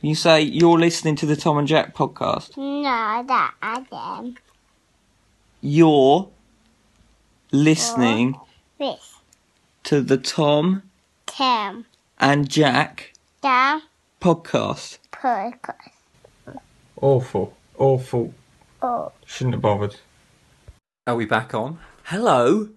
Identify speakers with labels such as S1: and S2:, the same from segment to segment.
S1: You say you're listening to the Tom and Jack podcast.
S2: No, that I am
S1: You're listening
S2: with
S1: to the Tom
S2: Tim
S1: and Jack
S2: the
S1: podcast.
S2: podcast.
S3: Awful. Awful.
S2: Oh,
S3: Shouldn't have bothered.
S4: Are we back on?
S1: Hello.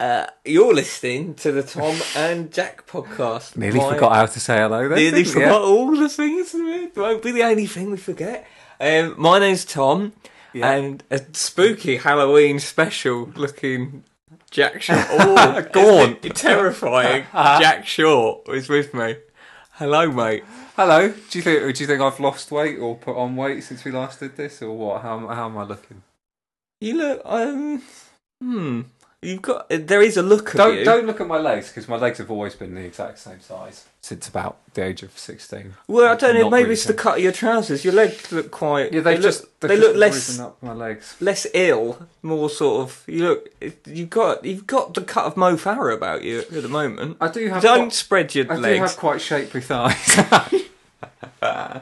S1: Uh, you're listening to the Tom and Jack podcast.
S4: Nearly
S1: My-
S4: forgot how to say hello then.
S1: Nearly
S4: didn't ya?
S1: forgot all the things. It won't be the only thing we forget. Um, my name's Tom,
S4: Yeah.
S1: and a spooky Halloween special looking Jack Short. Oh,
S4: Gaunt.
S1: it's terrifying
S4: Uh-huh.
S1: Jack Short is with me. Hello, mate.
S4: Hello. Do you think? Do you think I've lost weight or put on weight since we last did this, or what? How am- how am I looking?
S1: You look. Um, hmm. You've got. There is a look of
S4: Don't
S1: you.
S4: don't look at my legs because my legs have always been the exact same size since about the age of sixteen.
S1: well, I don't know.
S4: Not
S1: Maybe it's the
S4: really.
S1: cut of your trousers. Your legs look quite.
S4: Yeah, they've
S1: they
S4: just
S1: Look, they
S4: they've just
S1: look less.
S4: risen up my legs.
S1: less ill, more sort of you look. You've got you've got the cut of Mo Farah about you at the moment.
S4: I do have
S1: Don't
S4: quite-
S1: spread your
S4: I do
S1: legs.
S4: have quite shapely thighs.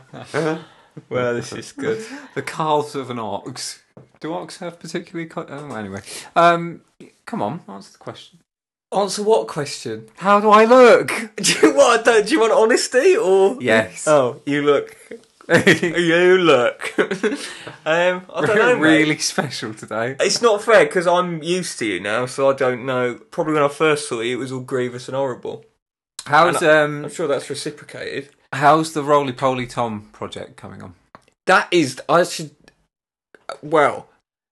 S1: Well, this is good.
S4: the calves of an ox. Do ox have particularly? Co- oh, anyway, um, come on, answer the question.
S1: Answer what question?
S4: How do I look?
S1: Do you want do you want honesty or
S4: Yes.
S1: Oh, you look.
S4: Oh.
S1: you look. um, I don't know. mate.
S4: really special today.
S1: It's not fair because I'm used to you now, so I don't know. Probably when I first saw you, it was all grievous and horrible.
S4: How's um
S1: I'm sure that's reciprocated.
S4: how's the Roly Poly Tom project coming on?
S1: That is, I should. Well,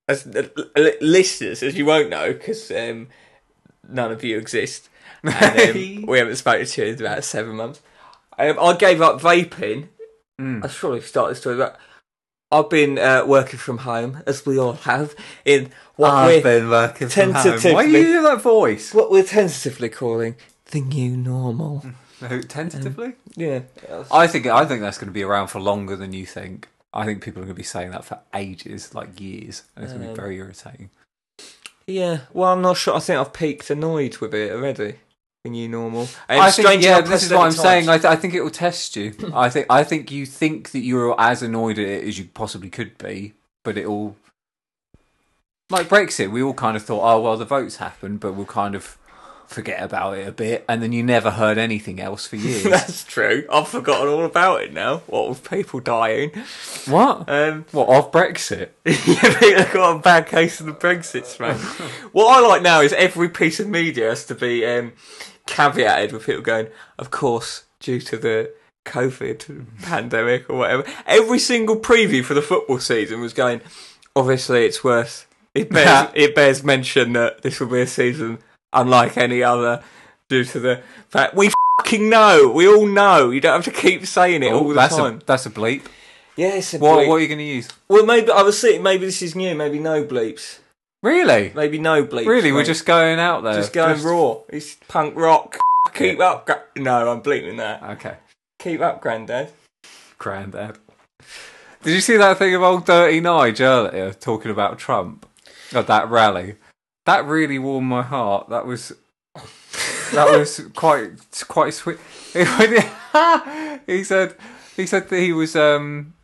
S1: as uh, li- listeners, as you won't know, because um, none of you exist, and, um, we haven't spoken to you in about seven months. Um, I gave up vaping.
S4: Mm.
S1: I should probably start this story, but I've been uh, working from home, as we all have, in what
S4: Ah,
S1: we're
S4: working
S1: from home. tentatively-
S4: Why do you do that voice?
S1: what we're tentatively calling the new normal.
S4: No,
S1: um,
S4: tentatively.
S1: Yeah,
S4: I think I think that's going to be around for longer than you think. I think people are going to be saying that for ages, like years, and it's going to
S1: Um,
S4: be very irritating.
S1: yeah. Well, I'm not sure. I think I've peaked annoyed with it already. The new normal. Um,
S4: I think,
S1: strange
S4: yeah,
S1: how
S4: this is what I'm
S1: precedent times-
S4: saying. I, th- I think it will test you. I think I think you think that you're as annoyed at it as you possibly could be, but it all like Brexit. We all kind of thought, oh well, the votes happened, but we'll kind of forget about it a bit, and then you never heard anything else for years.
S1: That's true. I've forgotten all about it now. What with people dying.
S4: what?
S1: Um,
S4: What of Brexit?
S1: I've got a bad case of the Brexit smack. what I like now is every piece of media has to be um, caveated with people going, of course, due to the COVID pandemic or whatever. Every single preview for the football season was going, obviously, it's worth. It bears, it bears mention that this will be a season unlike any other due to the fact we fucking know. We all know. You don't have to keep saying it all the
S4: that's
S1: time.
S4: a that's a bleep.
S1: Oh, yeah, it's a
S4: What
S1: bleep.
S4: what are you going to use?
S1: Well, maybe I was thinking maybe this is new. Maybe no bleeps.
S4: Really?
S1: Maybe no bleeps.
S4: Really? We're
S1: mate.
S4: just uh, going out there.
S1: just going raw. It's punk rock. Keep up. gra- No, I'm bleeping that.
S4: Okay.
S1: Keep up, Grandad.
S4: Grandad. Did you see that thing of old Dirty Nige earlier talking about Trump at that rally? That really warmed my heart. That was that was quite quite sweet. he said he said that he was um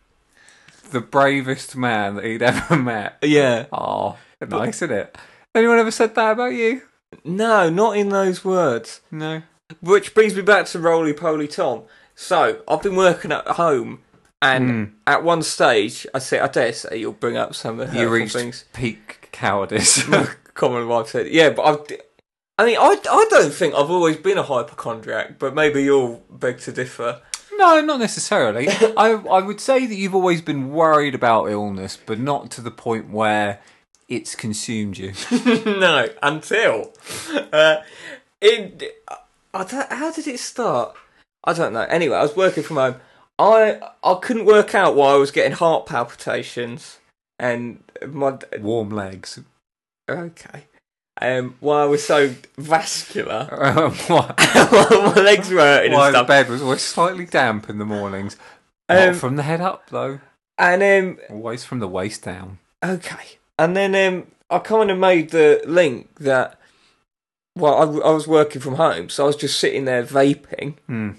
S4: the bravest man that he'd ever met.
S1: Yeah.
S4: Oh, nice, isn't it? Anyone ever said that about you?
S1: No, not in those words.
S4: No.
S1: Which brings me back to Roly Poly Tom. So I've been working at home, and
S4: Hmm.
S1: at one stage, I said, I dare say you'll bring up some of the
S4: You
S1: hurtful
S4: reached
S1: things.
S4: peak cowardice.
S1: common wife said, yeah, but I've. d- I mean, I, I don't think I've always been a hypochondriac, but maybe you'll beg to differ.
S4: No, not necessarily. I I would say that you've always been worried about illness, but not to the point where it's consumed you.
S1: no, until uh, in I don't, how did it start? I don't know. Anyway, I was working from home. I I couldn't work out why I was getting heart palpitations and my
S4: Warm legs.
S1: okay. Um, why I was so vascular.
S4: Um, why
S1: my legs were hurting
S4: why
S1: and
S4: the
S1: stuff.
S4: bed was always slightly damp in the mornings. Not
S1: Um,
S4: from the head up though,
S1: And um,
S4: always from the waist down.
S1: Okay. And then um, I kind of made the link that, well, I, I was working from home, so I was just sitting there vaping.
S4: Hmm.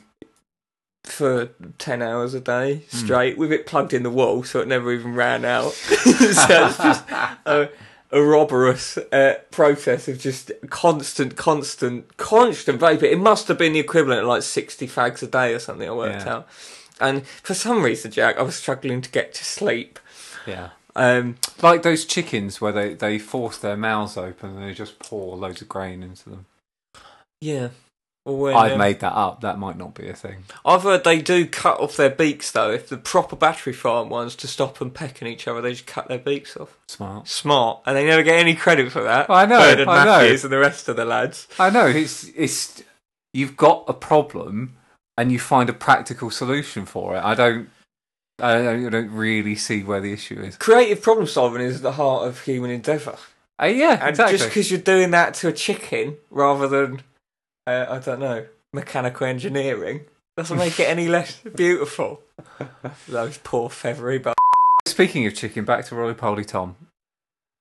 S1: for 10 hours a day straight with it plugged in the wall so it never even ran out. so it's just a, a robberous uh, process of just constant, constant, constant vapour. It must have been the equivalent of like 60 fags a day or something, I worked
S4: Yeah.
S1: out. And for some reason, Jack, I was struggling to get to sleep.
S4: Yeah.
S1: Um,
S4: Like those chickens where they, they force their mouths open and they just pour loads of grain into them.
S1: yeah. Or when,
S4: I've
S1: um,
S4: made that up. That might not be a thing.
S1: I've heard they do cut off their beaks though. If the proper battery farm ones to stop them pecking each other, they just cut their beaks off.
S4: Smart.
S1: Smart, and they never get any credit for that.
S4: I know,
S1: Bird and
S4: I know.
S1: Matthews and the rest of the lads.
S4: I know. It's it's you've got a problem and you find a practical solution for it. I don't. I don't, I don't really see where the issue is.
S1: Creative problem solving is at the heart of human endeavour.
S4: Uh, yeah,
S1: And
S4: exactly.
S1: just because you're doing that to a chicken rather than, uh, I don't know, mechanical engineering doesn't make it any less beautiful. Those poor feathery but
S4: Speaking of chicken, back to Roly Poly Tom.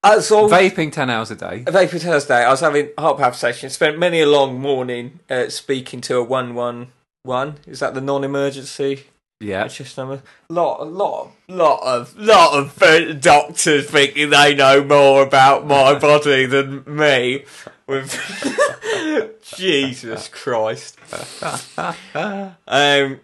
S1: That's all.
S4: Vaping 10 hours a day.
S1: A Vapor Thursday, I was having heart palpitation. Spent many a long morning uh, speaking to a one one one. Is that the non-emergency
S4: Yeah.
S1: Manchester number? Lot, lot, lot of, lot of uh, doctors thinking they know more about my body than me. With Jesus Christ. uh, Um,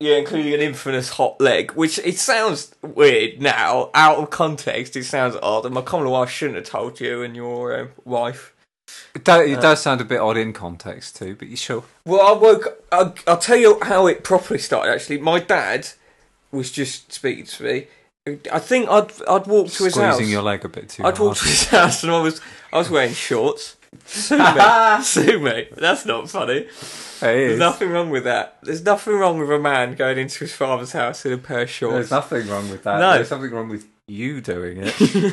S1: yeah, including an infamous hot leg, which it sounds weird now, out of context. It sounds odd, and my common wife shouldn't have told you and your um wife.
S4: It, do, it does sound a bit odd in context too, but you sure?
S1: Well, I woke. I'll, I'll tell you how it properly started. Actually, my dad was just speaking to me. I think I'd I'd walked to his house.
S4: Squeezing your leg a bit too
S1: I'd
S4: hard.
S1: walked to his house and I was I was wearing shorts. Sue me, sue me. That's not funny.
S4: It is.
S1: There's nothing wrong with that. There's nothing wrong with a man going into his father's house in a pair of shorts.
S4: There's nothing wrong with that.
S1: No.
S4: There's something wrong with you doing it,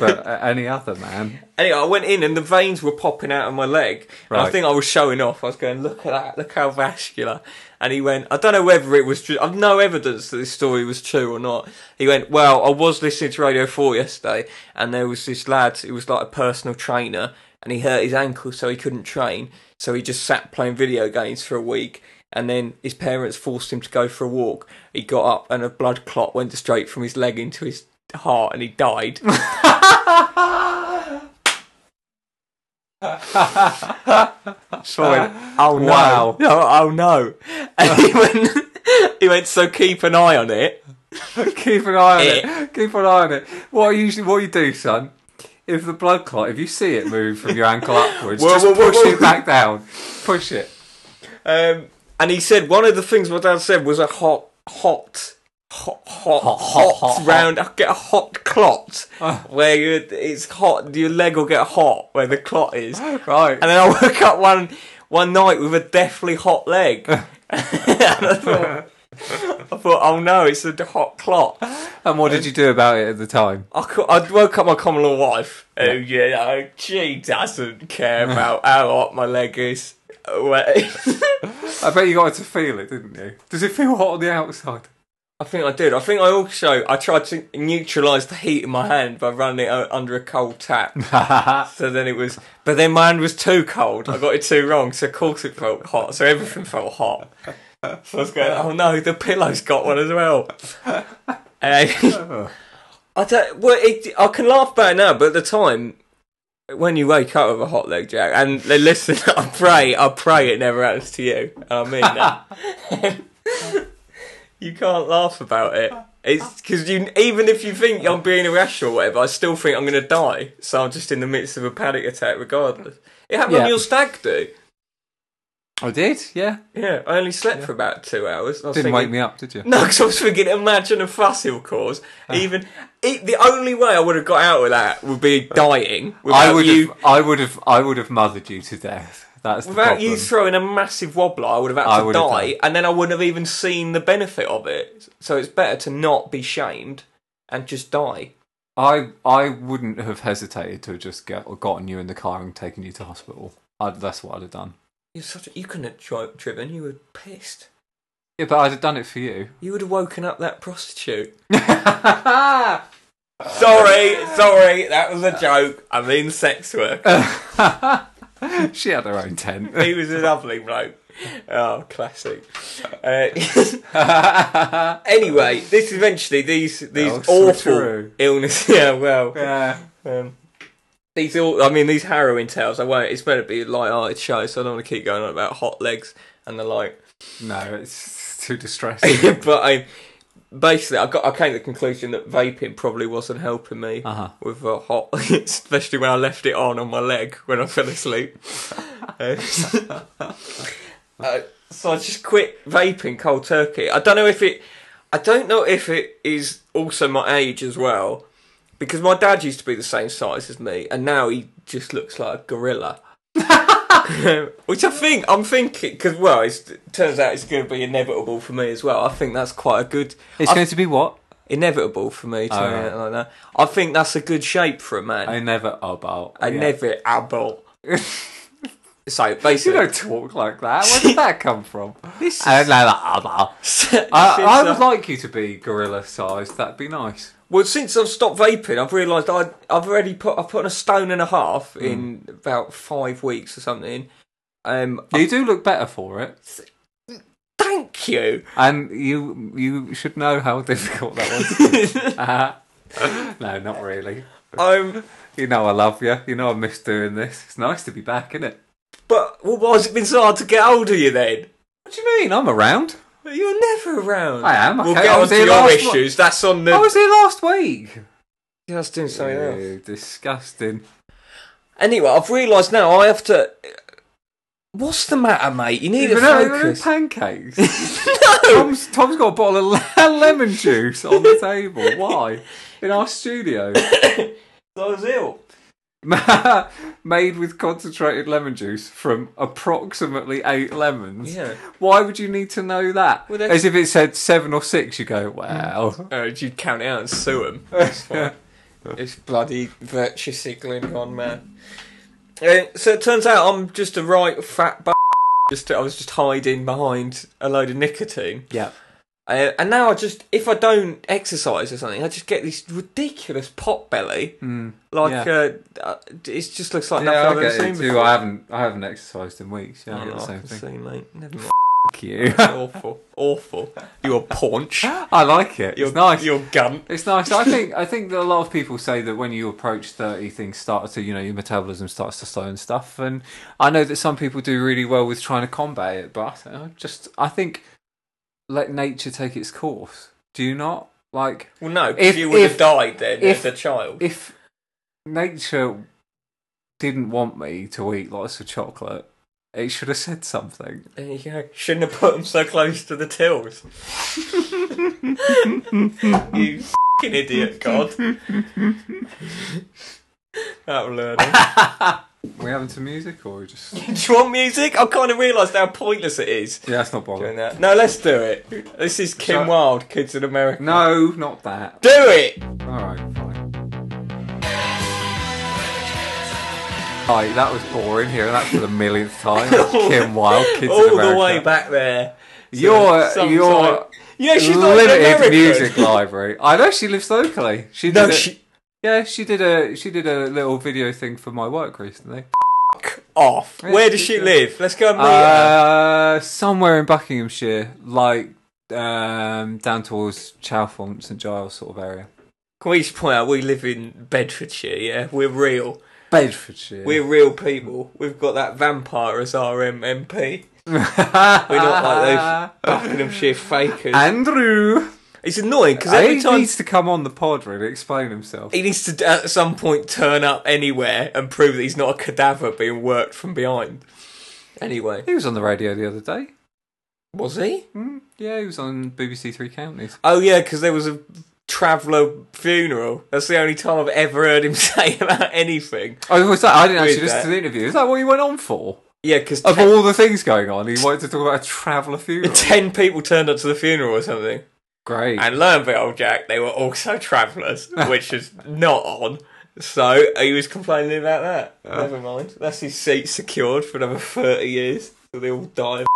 S4: but uh, any other man.
S1: Anyway, I went in and the veins were popping out of my leg. And I
S4: Right.
S1: think I was showing off. I was going, look at that, look how vascular. And he went, I don't know whether it was true. I've no evidence that this story was true or not. He went, well, I was listening to Radio 4 yesterday and there was this lad who was like a personal trainer and he hurt his ankle so he couldn't train. So he just sat playing video games for a week. And then his parents forced him to go for a walk. He got up and a blood clot went straight from his leg into his heart and he died. So I went, oh no,
S4: Wow.
S1: no, oh no. And he went, he went, so keep an eye on it.
S4: Keep an eye on
S1: Eh.
S4: it. Keep an eye on it. What I usually what you do, son, if the blood clot, if you see it move from your ankle upwards,
S1: Whoa,
S4: just
S1: whoa, whoa,
S4: push
S1: whoa.
S4: it back down. Push it.
S1: Um, and he said one of the things my dad said was a hot, hot, hot, hot, hot, Uh.
S4: hot, hot.
S1: round. Get a hot clot where you, it's hot. Your leg will get hot where the clot is.
S4: Right.
S1: And then I woke up one one night with a deathly hot leg. and I thought, I thought, oh no, it's a hot clot.
S4: And what did you do about it at the time?
S1: I, cou- I woke up my common law wife, who, you know, she doesn't care about how hot my leg is. Well,
S4: I bet you got her to feel it, didn't you? Does it feel hot on the outside?
S1: I think I did. I think I also I tried to neutralise the heat in my hand by running it o- under a cold tap. so then it was, but then my hand was too cold. I got it too wrong. So of course it felt hot. So everything felt hot. So I was going, oh no, the pillow's got one as well. And I- I don't. Well, it, I can laugh about it now, but at the time, when you wake up with a hot leg, Jack, and they listen, I pray, I pray it never happens to you. I mean that. you can't laugh about it. It's because you, even if you think I'm being irrational or whatever, I still think I'm going to die. So I'm just in the midst of a panic attack, regardless. It happened on
S4: Yeah.
S1: your stag do.
S4: I did, yeah.
S1: Yeah, I only slept for about two hours. I was thinking-
S4: Didn't wake me up, did you?
S1: no, because I was thinking, imagine a fuss he'll cause.
S4: Ah.
S1: Even it, the only way I would have got out of that would be dying. Without
S4: I would
S1: you,
S4: have I would have I would have mothered you to death. That's the
S1: without
S4: problem.
S1: you throwing a massive wobbler, I would have had
S4: I
S1: to
S4: would have
S1: die,
S4: died.
S1: and then I wouldn't have even seen the benefit of it. So it's better to not be shamed and just die.
S4: I I wouldn't have hesitated to have just get, gotten you in the car and taken you to hospital. i that's what I'd have done.
S1: You're such. A, you couldn't have dri- driven. You were pissed.
S4: Yeah, but I'd have done it for you.
S1: You would have woken up that prostitute.
S4: I
S1: Sorry, sorry, that was a joke. I mean, sex work.
S4: she had her own tent.
S1: he was a lovely bloke. Oh, classic. Uh, anyway, this eventually these these
S4: Oh, so
S1: awful
S4: true.
S1: illnesses. Yeah, well,
S4: yeah.
S1: um, these all. I mean, these harrowing tales. I won't. It's better be a light-hearted show, so I don't want to keep going on about hot legs and the like.
S4: No, it's too distressing.
S1: but I basically I got I came to the conclusion that vaping probably wasn't helping me
S4: Uh-huh.
S1: with a hot, especially when I left it on on my leg when I fell asleep. Uh, uh, so I just quit vaping cold turkey. I don't know if it. I don't know if it is also my age as well, because my dad used to be the same size as me, and now he just looks like a gorilla. Um, Which I think I'm thinking because well, it's, it turns out it's going to be inevitable for me as well. I think that's quite a good
S4: It's
S1: I-
S4: going to be what?
S1: inevitable for me to
S4: Oh,
S1: me
S4: right.
S1: like that. I think that's a good shape for a man.
S4: I never about.
S1: I
S4: yeah.
S1: never abble. so
S4: You
S1: basically,
S4: don't talk like that. Where did that come from?
S1: This is-
S4: I don't know that about.
S1: since
S4: I, I
S1: I-
S4: would like you to be gorilla sized. That'd be nice.
S1: well, since I've stopped vaping, I've realised I I've already put I've put on a stone and a half
S4: Mm.
S1: in about five weeks or something. Um,
S4: You do look better for it,
S1: thank you.
S4: and you you should know how difficult that was. Uh, no, not really.
S1: um,
S4: You know I love you. You know I miss doing this. It's nice to be back, isn't it?
S1: but well, why has it been so hard to get hold of you then?
S4: What do you mean? I'm around.
S1: But You're never around.
S4: I am.
S1: We'll
S4: Okay,
S1: get
S4: I
S1: on
S4: was
S1: to
S4: here
S1: your
S4: last month.
S1: issues. That's on the.
S4: I was here last week.
S1: Yeah, I was doing something else.
S4: Ew, disgusting.
S1: Anyway, I've realised now I have to. What's the matter, mate? You need
S4: Even
S1: a
S4: though they're in
S1: focus.
S4: pancakes.
S1: no,
S4: Tom's, Tom's got a bottle of le- lemon juice on the table. Why? In our studio.
S1: I was ill.
S4: Made with concentrated lemon juice from approximately eight lemons.
S1: Yeah.
S4: Why would you need to know that?
S1: Well, that's-
S4: As if it said seven or six, you go, wow.
S1: Uh, you'd count it out and sue him. That's fine. it's bloody virtue signalling gone mad. Uh, so it turns out I'm just a right fat b- just I was just hiding behind a load of nicotine,
S4: yeah.
S1: uh, and now I just if I don't exercise or something, I just get this ridiculous pot belly.
S4: Mm.
S1: Like
S4: Yeah.
S1: uh, uh, it just looks like
S4: yeah, I
S1: nothing I've
S4: get
S1: ever
S4: it
S1: seen
S4: too.
S1: before.
S4: I haven't, I haven't exercised in weeks. Yeah,
S1: Oh,
S4: I get
S1: no,
S4: the
S1: I
S4: same
S1: can
S4: thing.
S1: see, mate. Never mind.
S4: Fuck you.
S1: awful, awful. You're paunch.
S4: I like it.
S1: You're
S4: it's nice.
S1: You're gunt.
S4: It's nice. I think I think that a lot of people say that when you approach thirty, things start to you know your metabolism starts to slow and stuff. And I know that some people do really well with trying to combat it, but I th- I just I think let nature take its course. Do you not like
S1: Well, no, 'cause
S4: If-
S1: you would
S4: if-
S1: have died then
S4: if-
S1: as a child.
S4: if nature didn't want me to eat lots of chocolate, it should have said something.
S1: There you go. Shouldn't have put them so close to the tills. you fucking idiot, God. That'll learn. him.
S4: we having some music or just yeah?
S1: Do you want music? I kind of realised how pointless it is.
S4: That's not
S1: Doing
S4: bothering.
S1: that. No, let's do it. This is Kim
S4: So-
S1: Wilde, Kids in America.
S4: No, not that.
S1: Do it!
S4: All right, fine. Right, that was boring hearing that for the millionth time. Kim Wilde, kids in
S1: All the
S4: America.
S1: way back there. So
S4: Your
S1: sometime-
S4: your
S1: Yeah, she's not even
S4: limited
S1: American.
S4: music library. I know she lives locally. She did
S1: No,
S4: a-
S1: she.
S4: yeah, she did a she did a little video thing for my work recently.
S1: off.
S4: Yeah,
S1: Where does
S4: she
S1: she
S4: did.
S1: live? Let's go and meet her.
S4: Uh, somewhere in Buckinghamshire, like um, down towards Chalfont, St Giles sort of area,
S1: Can we just point out we live in Bedfordshire, yeah? We're real.
S4: Bedfordshire.
S1: We're real people. We've got that vampire as our M- MP. We're not
S4: Ah.
S1: like those Buckinghamshire fakers.
S4: Andrew.
S1: it's annoying because
S4: He
S1: every time
S4: needs to come on the pod really explain himself.
S1: he needs to at some point turn up anywhere and prove that he's not a cadaver being worked from behind. Anyway,
S4: He was on the radio the other day.
S1: was he?
S4: Mm, yeah, he was on BBC Three Counties.
S1: Oh yeah, because there was a traveller funeral. That's the only time I've ever heard him say about anything.
S4: Oh, was that? I didn't
S1: Who is
S4: actually listen
S1: that?
S4: to the interview. Is that what he went on for?
S1: Yeah, because
S4: Of all the things going on, he wanted to talk about a traveller funeral.
S1: ten people turned up to the funeral or something.
S4: Great.
S1: And lo and behold, Jack, they were also travellers, which is not on. So he was complaining about that.
S4: Oh.
S1: Never mind. That's his seat secured for another 30 years. So they all die of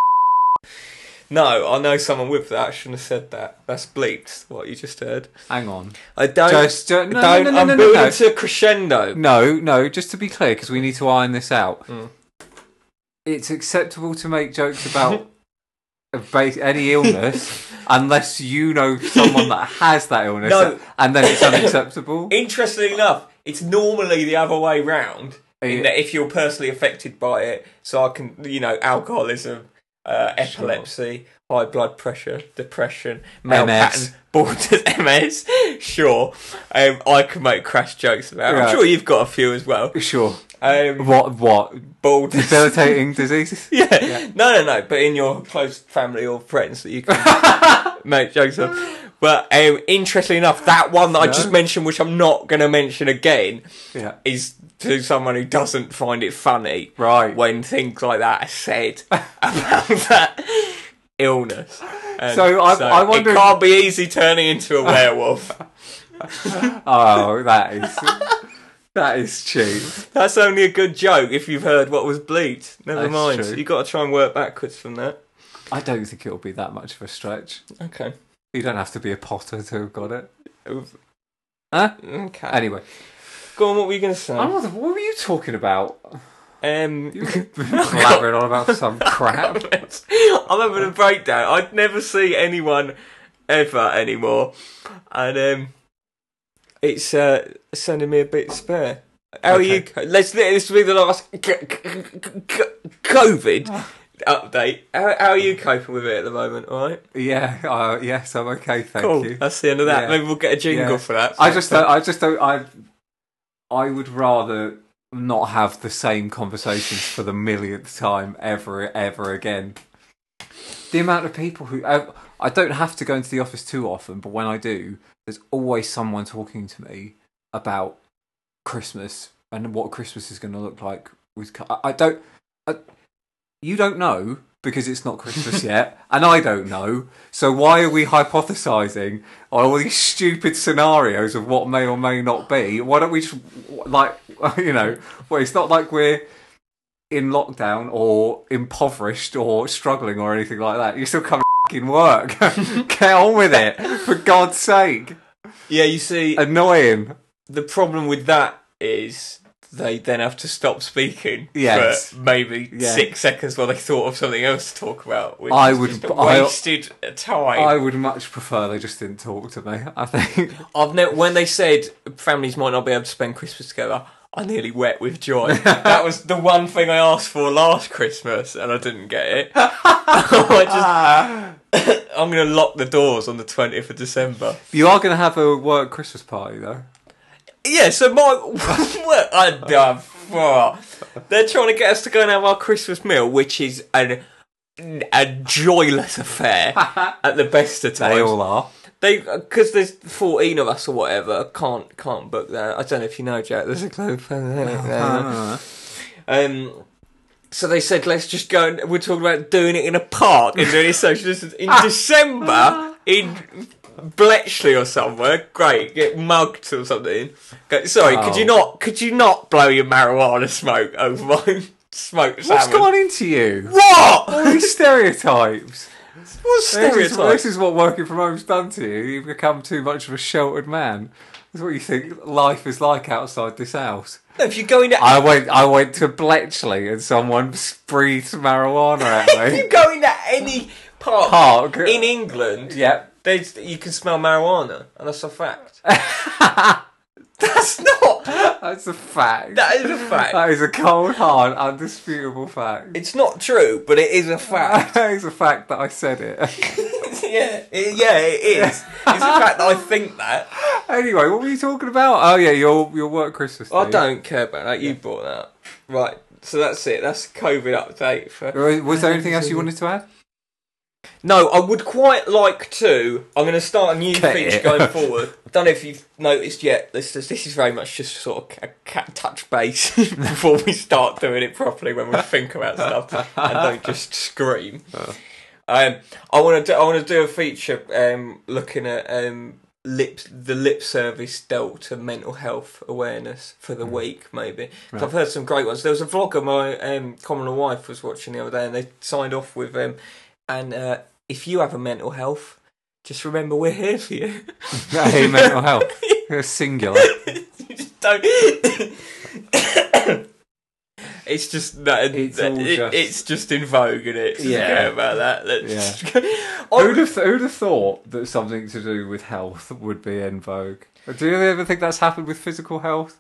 S1: No, I know someone with that. I shouldn't have said that. That's bleeped, what you just heard.
S4: Hang on.
S1: I don't.
S4: Just uh,
S1: I
S4: no,
S1: don't
S4: no, no,
S1: I'm
S4: no, no,
S1: building
S4: no.
S1: to a crescendo.
S4: No, no. Just to be clear, because we need to iron this out. it's acceptable to make jokes about a ba- any illness unless you know someone that has that illness,
S1: No.
S4: and then it's unacceptable.
S1: Interestingly enough, it's normally the other way round.
S4: Yeah.
S1: In that if you're personally affected by it, so I can, you know, alcoholism, uh, epilepsy, high blood pressure, depression, male
S4: MS.
S1: pattern, borders, MS. Sure, um, I can make crash jokes about. it. I'm
S4: Right.
S1: sure you've got a few as well.
S4: sure.
S1: Um,
S4: What? What?
S1: baldness.
S4: Debilitating diseases?
S1: Yeah. No, no, no. But in your close family or friends that you can make jokes of. But um, interestingly enough, that one that I just
S4: No.
S1: mentioned, which I'm not going to mention again,
S4: Yeah.
S1: is to someone who doesn't find it funny
S4: Right.
S1: when things like that are said about that illness. And
S4: So I- I wonder
S1: It
S4: if-
S1: can't be easy turning into a werewolf.
S4: Oh, that is that is cheap.
S1: That's only a good joke if you've heard what was bleeped. Never
S4: That's
S1: mind.
S4: true.
S1: you got to try and work backwards from that.
S4: I don't think it'll be that much of a stretch.
S1: Okay.
S4: You don't have to be a Potter to have got it. Huh?
S1: Okay.
S4: Anyway,
S1: Go on, what were you going to say?
S4: I was- what were you talking about?
S1: Um,
S4: You were blabbering on about some crap.
S1: I remember the breakdown. I'd never see anyone ever anymore, and um, it's uh, sending me a bit spare. How are you? co- Let's. This will be the last c- c- c- c- COVID
S4: Ah.
S1: update. How, how are you coping with it at the moment? All right.
S4: Yeah. Uh, yes, I'm okay. Thank
S1: Cool.
S4: you.
S1: That's the end of that.
S4: Yeah.
S1: Maybe we'll get a jingle
S4: Yeah.
S1: for that.
S4: I just uh, don't. I just don't. I. I would rather not have the same conversations for the millionth time ever, ever again. The amount of people who I, I don't have to go into the office too often, but when I do, there's always someone talking to me about Christmas and what Christmas is going to look like. With co- I, I don't. I, you don't know because it's not Christmas yet, and I don't know. So why are we hypothesizing on all these stupid scenarios of what may or may not be? Why don't we just like you know? Well, it's not like we're in lockdown or impoverished or struggling or anything like that. You're still coming to work. Get on with it, for God's sake.
S1: yeah, you see,
S4: Annoying.
S1: the problem with that is they then have to stop speaking
S4: Yes.
S1: for maybe
S4: Yeah.
S1: six seconds while they thought of something else to talk about, which
S4: I
S1: is
S4: would-
S1: just a
S4: I-
S1: wasted time.
S4: I would much prefer they just didn't talk to me. I think.
S1: I've ne- when they said families might not be able to spend Christmas together, I nearly wept with joy. that was the one thing I asked for last Christmas, and I didn't get it. I just, I'm going to lock the doors on the 20th of December.
S4: You are going to have a work Christmas party though.
S1: Yeah, so my what I done for? They're trying to get us to go and have our Christmas meal, which is an a joyless affair at the best of
S4: They
S1: times.
S4: all are.
S1: They because there's fourteen of us or whatever can't can't book that. I don't know if you know, Jack. There's a club. Um, so they said, let's just go. And, we're talking about doing it in a park and doing it social distance in
S4: Ah.
S1: December in Bletchley or somewhere. Great, get mugged or something. Go, Sorry, could you
S4: Oh.
S1: not? Could you not blow your marijuana smoke over my smoked
S4: What's
S1: salmon?
S4: gone into you?
S1: What?
S4: All these stereotypes.
S1: What
S4: This is,
S1: stereotype?
S4: this is what working from home's done to you. You've become too much of a sheltered man. That's what you think life is like outside this house.
S1: If you're going to,
S4: I went, I went to Bletchley and someone breathed marijuana at
S1: if you're
S4: me.
S1: going to any park,
S4: Park.
S1: in England,
S4: yep.
S1: there's, you can smell marijuana, and that's a fact. that's not.
S4: That's a fact.
S1: That is a fact.
S4: That is a cold, hard, undisputable fact.
S1: It's not true, but it is a fact.
S4: That is a fact that I said it.
S1: yeah, it, yeah, it is. It's the fact that I think that.
S4: anyway, what were you talking about? Oh yeah, your your work Christmas.
S1: Oh, I
S4: thing.
S1: don't care about that. You brought that. up. Right. So that's it. That's the COVID update for.
S4: Was Uh, was there anything else you wanted to add?
S1: No, I would quite like to. I'm going to start a new
S4: Get
S1: feature
S4: it.
S1: going forward. Don't know if you've noticed yet. This is this is very much just sort of a cat touch base before we start doing it properly when we think about stuff and don't just scream.
S4: Oh.
S1: Um, I want to do, I want to do a feature um, looking at um, lip the lip service dealt to mental health awareness for
S4: Hmm.
S1: the week maybe. 'Cause I've heard some great ones. There was a vlogger my um, commoner wife was watching the other day, and they signed off with um, and uh, if you have a mental health, just remember we're here for you.
S4: Hey, mental health. You're singular.
S1: You just don't. It's just that
S4: It's
S1: it's,
S4: all just-
S1: just... it's just in vogue, and it.
S4: Yeah.
S1: Yeah, about that. Let's I
S4: Who'd have, who'd have thought that something to do with health would be in vogue? Do you ever think that's happened with physical health?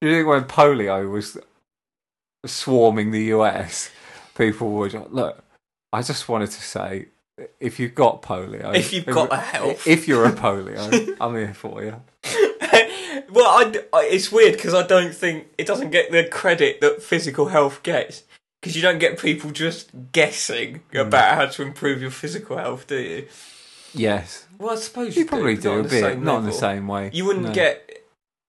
S4: Do you think when polio was swarming the US, people would look? I just wanted to say, if you've got polio,
S1: If you've got the health.
S4: if you're a polio, I'm here for you.
S1: well, I d I it's weird because I don't think it doesn't get the credit that physical health gets because you don't get people just guessing
S4: Hmm.
S1: about how to improve your physical health, do you?
S4: Yes,
S1: Well, I suppose
S4: you,
S1: you,
S4: probably
S1: but
S4: do a
S1: not on the
S4: bit,
S1: same
S4: not in the
S1: level.
S4: same way.
S1: You wouldn't
S4: No.
S1: get.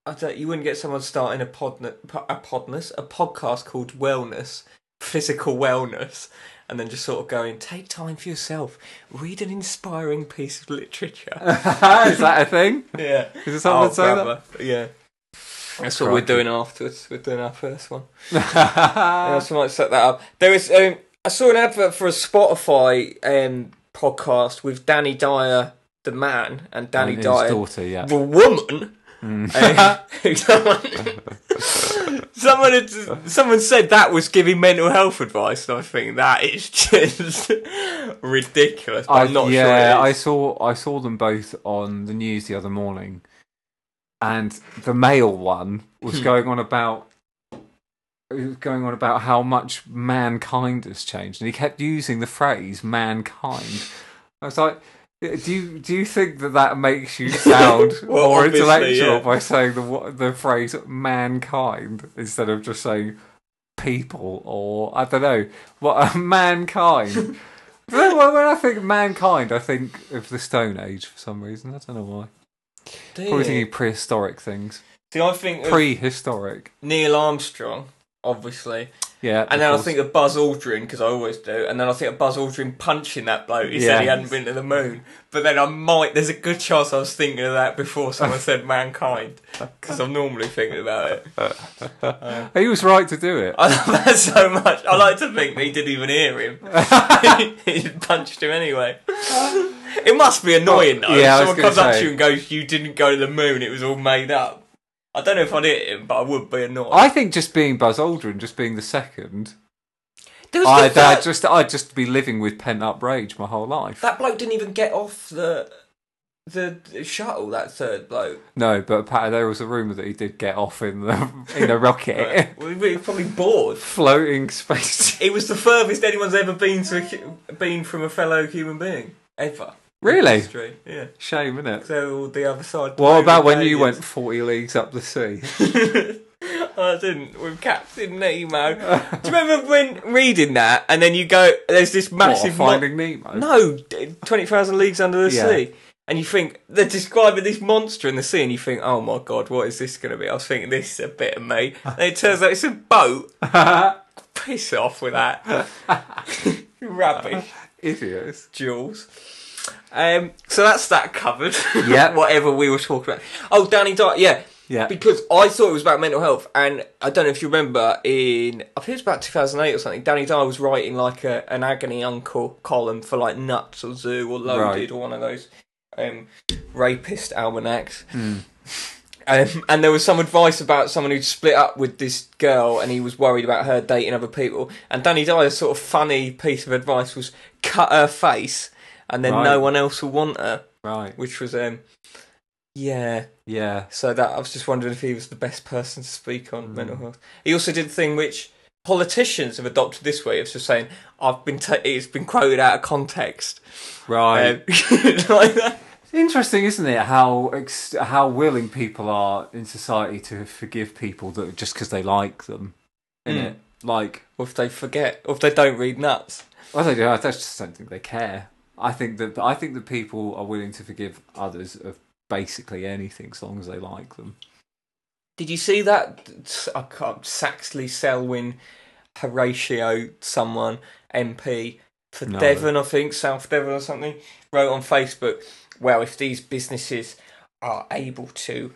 S1: I don't, you wouldn't get someone starting a pod a podness a podcast called Wellness Physical Wellness and then just sort of going take time for yourself read an inspiring piece of literature
S4: Is that a thing?
S1: yeah
S4: Is there someone say that?
S1: that? Yeah. That's what we're doing afterwards. We're doing our first one. I
S4: yeah,
S1: also might set that up. There is. Um, I saw an advert for a Spotify um, podcast with Danny Dyer, the man, and Danny
S4: and Oh, his
S1: Dyer,
S4: daughter, yeah. Mm.
S1: the woman. Uh, someone, someone, had- someone said that was giving mental health advice, and I think that is just ridiculous. But
S4: I,
S1: I'm not
S4: yeah,
S1: sure.
S4: I
S1: It is.
S4: saw I saw them both on the news the other morning, and the male one
S1: Hmm.
S4: was going on about it was going on about how much mankind has changed, and he kept using the phrase "mankind." I was like. "Uh, Do you do you think that that makes you sound
S1: Well,
S4: more
S1: obviously,
S4: intellectual
S1: yeah.
S4: by saying the wo- the phrase "mankind" instead of just saying "people" or I don't know what mankind? Well, when when I think mankind, I think of the Stone Age for some reason. I don't know why. Probably thinking prehistoric things.
S1: See, I think of
S4: Prehistoric.
S1: Neil Armstrong, obviously.
S4: Yeah.
S1: And then I
S4: because-
S1: think of Buzz Aldrin because I always do. And then I think of Buzz Aldrin punching that bloke. He said
S4: Yeah.
S1: he hadn't been to the moon. But then I might. There's a good chance I was thinking of that before someone said mankind because I'm normally thinking about it.
S4: he was right to do it.
S1: I love that so much. I like to think that he didn't even hear him. he punched him anyway. It must be annoying though.
S4: Yeah, I was
S1: Someone
S4: gonna
S1: comes up
S4: say.
S1: to you and goes, "You didn't go to the moon. It was all made up." I don't know if I'd hit him, but I would be annoyed.
S4: I think just being Buzz Aldrin, just being the second,
S1: There was
S4: I'd,
S1: the
S4: I'd
S1: fact-
S4: just I'd just be living with pent up rage my whole life.
S1: That bloke didn't even get off the the shuttle. That third bloke.
S4: No, but apparently there was a rumor that he did get off in the in a rocket,
S1: Right. We were probably bored.
S4: floating space.
S1: It was the furthest anyone's ever been to a, hu- been from a fellow human being ever.
S4: Really?
S1: History, Yeah.
S4: Shame, isn't it?
S1: So all the other side.
S4: What about when you went forty leagues up the sea?
S1: I didn't with Captain Nemo. Do you remember when reading that and then you go? There's this
S4: What,
S1: massive. mo-
S4: finding Nemo.
S1: No, twenty thousand leagues under the
S4: Yeah.
S1: sea, and you think they're describing this monster in the sea, and you think, oh my god, what is this going to be? I was thinking this is a bit of me, and it turns out it's a boat. Piss off with that rubbish,
S4: idiots.
S1: Jules. Um, so that's that covered.
S4: Yeah.
S1: whatever we were talking about. Oh, Danny Dyer. Yeah.
S4: Yeah.
S1: Because I thought it was about mental health, and I don't know if you remember in I think it was about 2008 or something. Danny Dyer was writing like a, an agony uncle column for like Nuts or Zoo or Loaded
S4: Right.
S1: or one of those um, rapist almanacs.
S4: Hmm.
S1: Um, and there was some advice about someone who'd split up with this girl, and he was worried about her dating other people. And Danny Dyer's sort of funny piece of advice was cut her face, and then
S4: Right.
S1: no one else will want her,
S4: Right.
S1: which was um, yeah.
S4: Yeah.
S1: So that I was just wondering if he was the best person to speak on
S4: Hmm.
S1: mental health. He also did a thing which politicians have adopted this way of just saying, "I've been ta it's been quoted out of context."
S4: Right.
S1: Um, like that.
S4: Interesting, isn't it? How ex- how willing people are in society to forgive people that just because they like them, isn't
S1: Mm.
S4: it? Like
S1: Or if they forget, or if they don't read nuts.
S4: I don't know. I just don't think they care. I think that I think that people are willing to forgive others of basically anything as long as they like them.
S1: Did you see that? I can't. Saxley Selwyn, Horatio, someone MP for
S4: No.
S1: Devon, I think South Devon or something, wrote on Facebook. Well, if these businesses are able to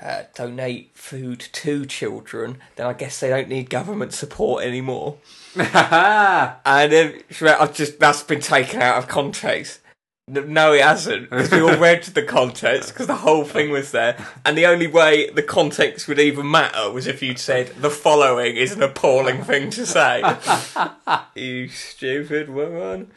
S1: uh, donate food to children, then I guess they don't need government support anymore.
S4: yeah,
S1: And um, she went, I've just that's been taken out of context. N- No, it hasn't. Because we all read the context, because the whole thing was there. And the only way the context would even matter was if you'd said, the following is an appalling thing to say. you stupid woman.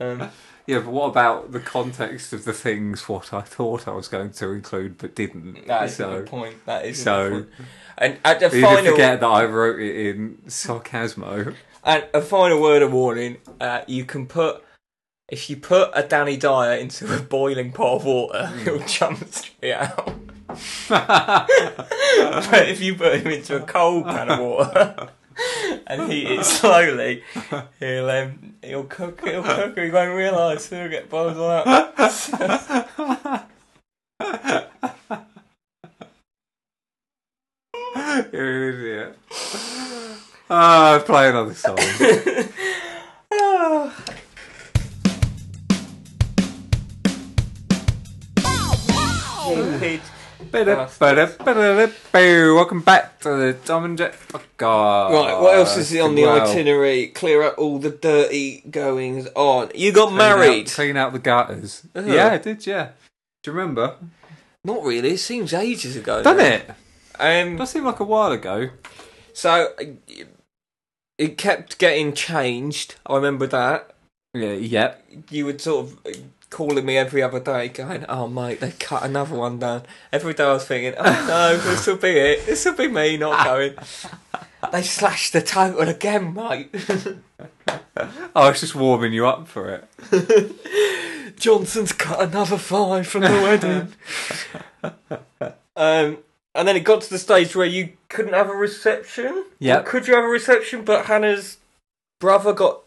S1: Um,
S4: Yeah, but what about the context of the things what I thought I was going to include but didn't?
S1: that is a
S4: so,
S1: good point. That is a
S4: so-
S1: good point. And at the
S4: you didn't
S1: final,
S4: forget that I wrote it in sarcasmo.
S1: And a final word of warning: uh, you can put if you put a Danny Dyer into a boiling pot of water,
S4: Mm.
S1: he'll jump straight out. but Uh, if you put him into a cold pan of water and heat it slowly, he'll um, he'll cook. He'll cook. He won't realise. He'll get boiled up.
S4: You're an idiot. Uh, play another song.
S1: Oh.
S4: Welcome back to the Tom and Jet podcast.
S1: Right, what else is on the
S4: Well,
S1: itinerary? Clear up all the dirty goings on. You got
S4: clean out-
S1: married.
S4: Clean out the gutters.
S1: Ugh.
S4: Yeah, I did, yeah. Do you remember?
S1: Not really. It seems ages ago.
S4: Done
S1: now.
S4: it?
S1: Um,
S4: That seemed like a while ago.
S1: so uh, it kept getting changed. I remember that.
S4: Yeah, yep.
S1: You would sort of uh, calling me every other day, going, "Oh mate, they cut another one down." Every day I was thinking, "Oh no, this will be it. This will be me not going." they slashed the total again, mate.
S4: I was just warming you up for it.
S1: Johnson's cut another five from the wedding. um, and then it got to the stage where you couldn't have a reception.
S4: Yep.
S1: Or Could you have a reception? But Hannah's brother got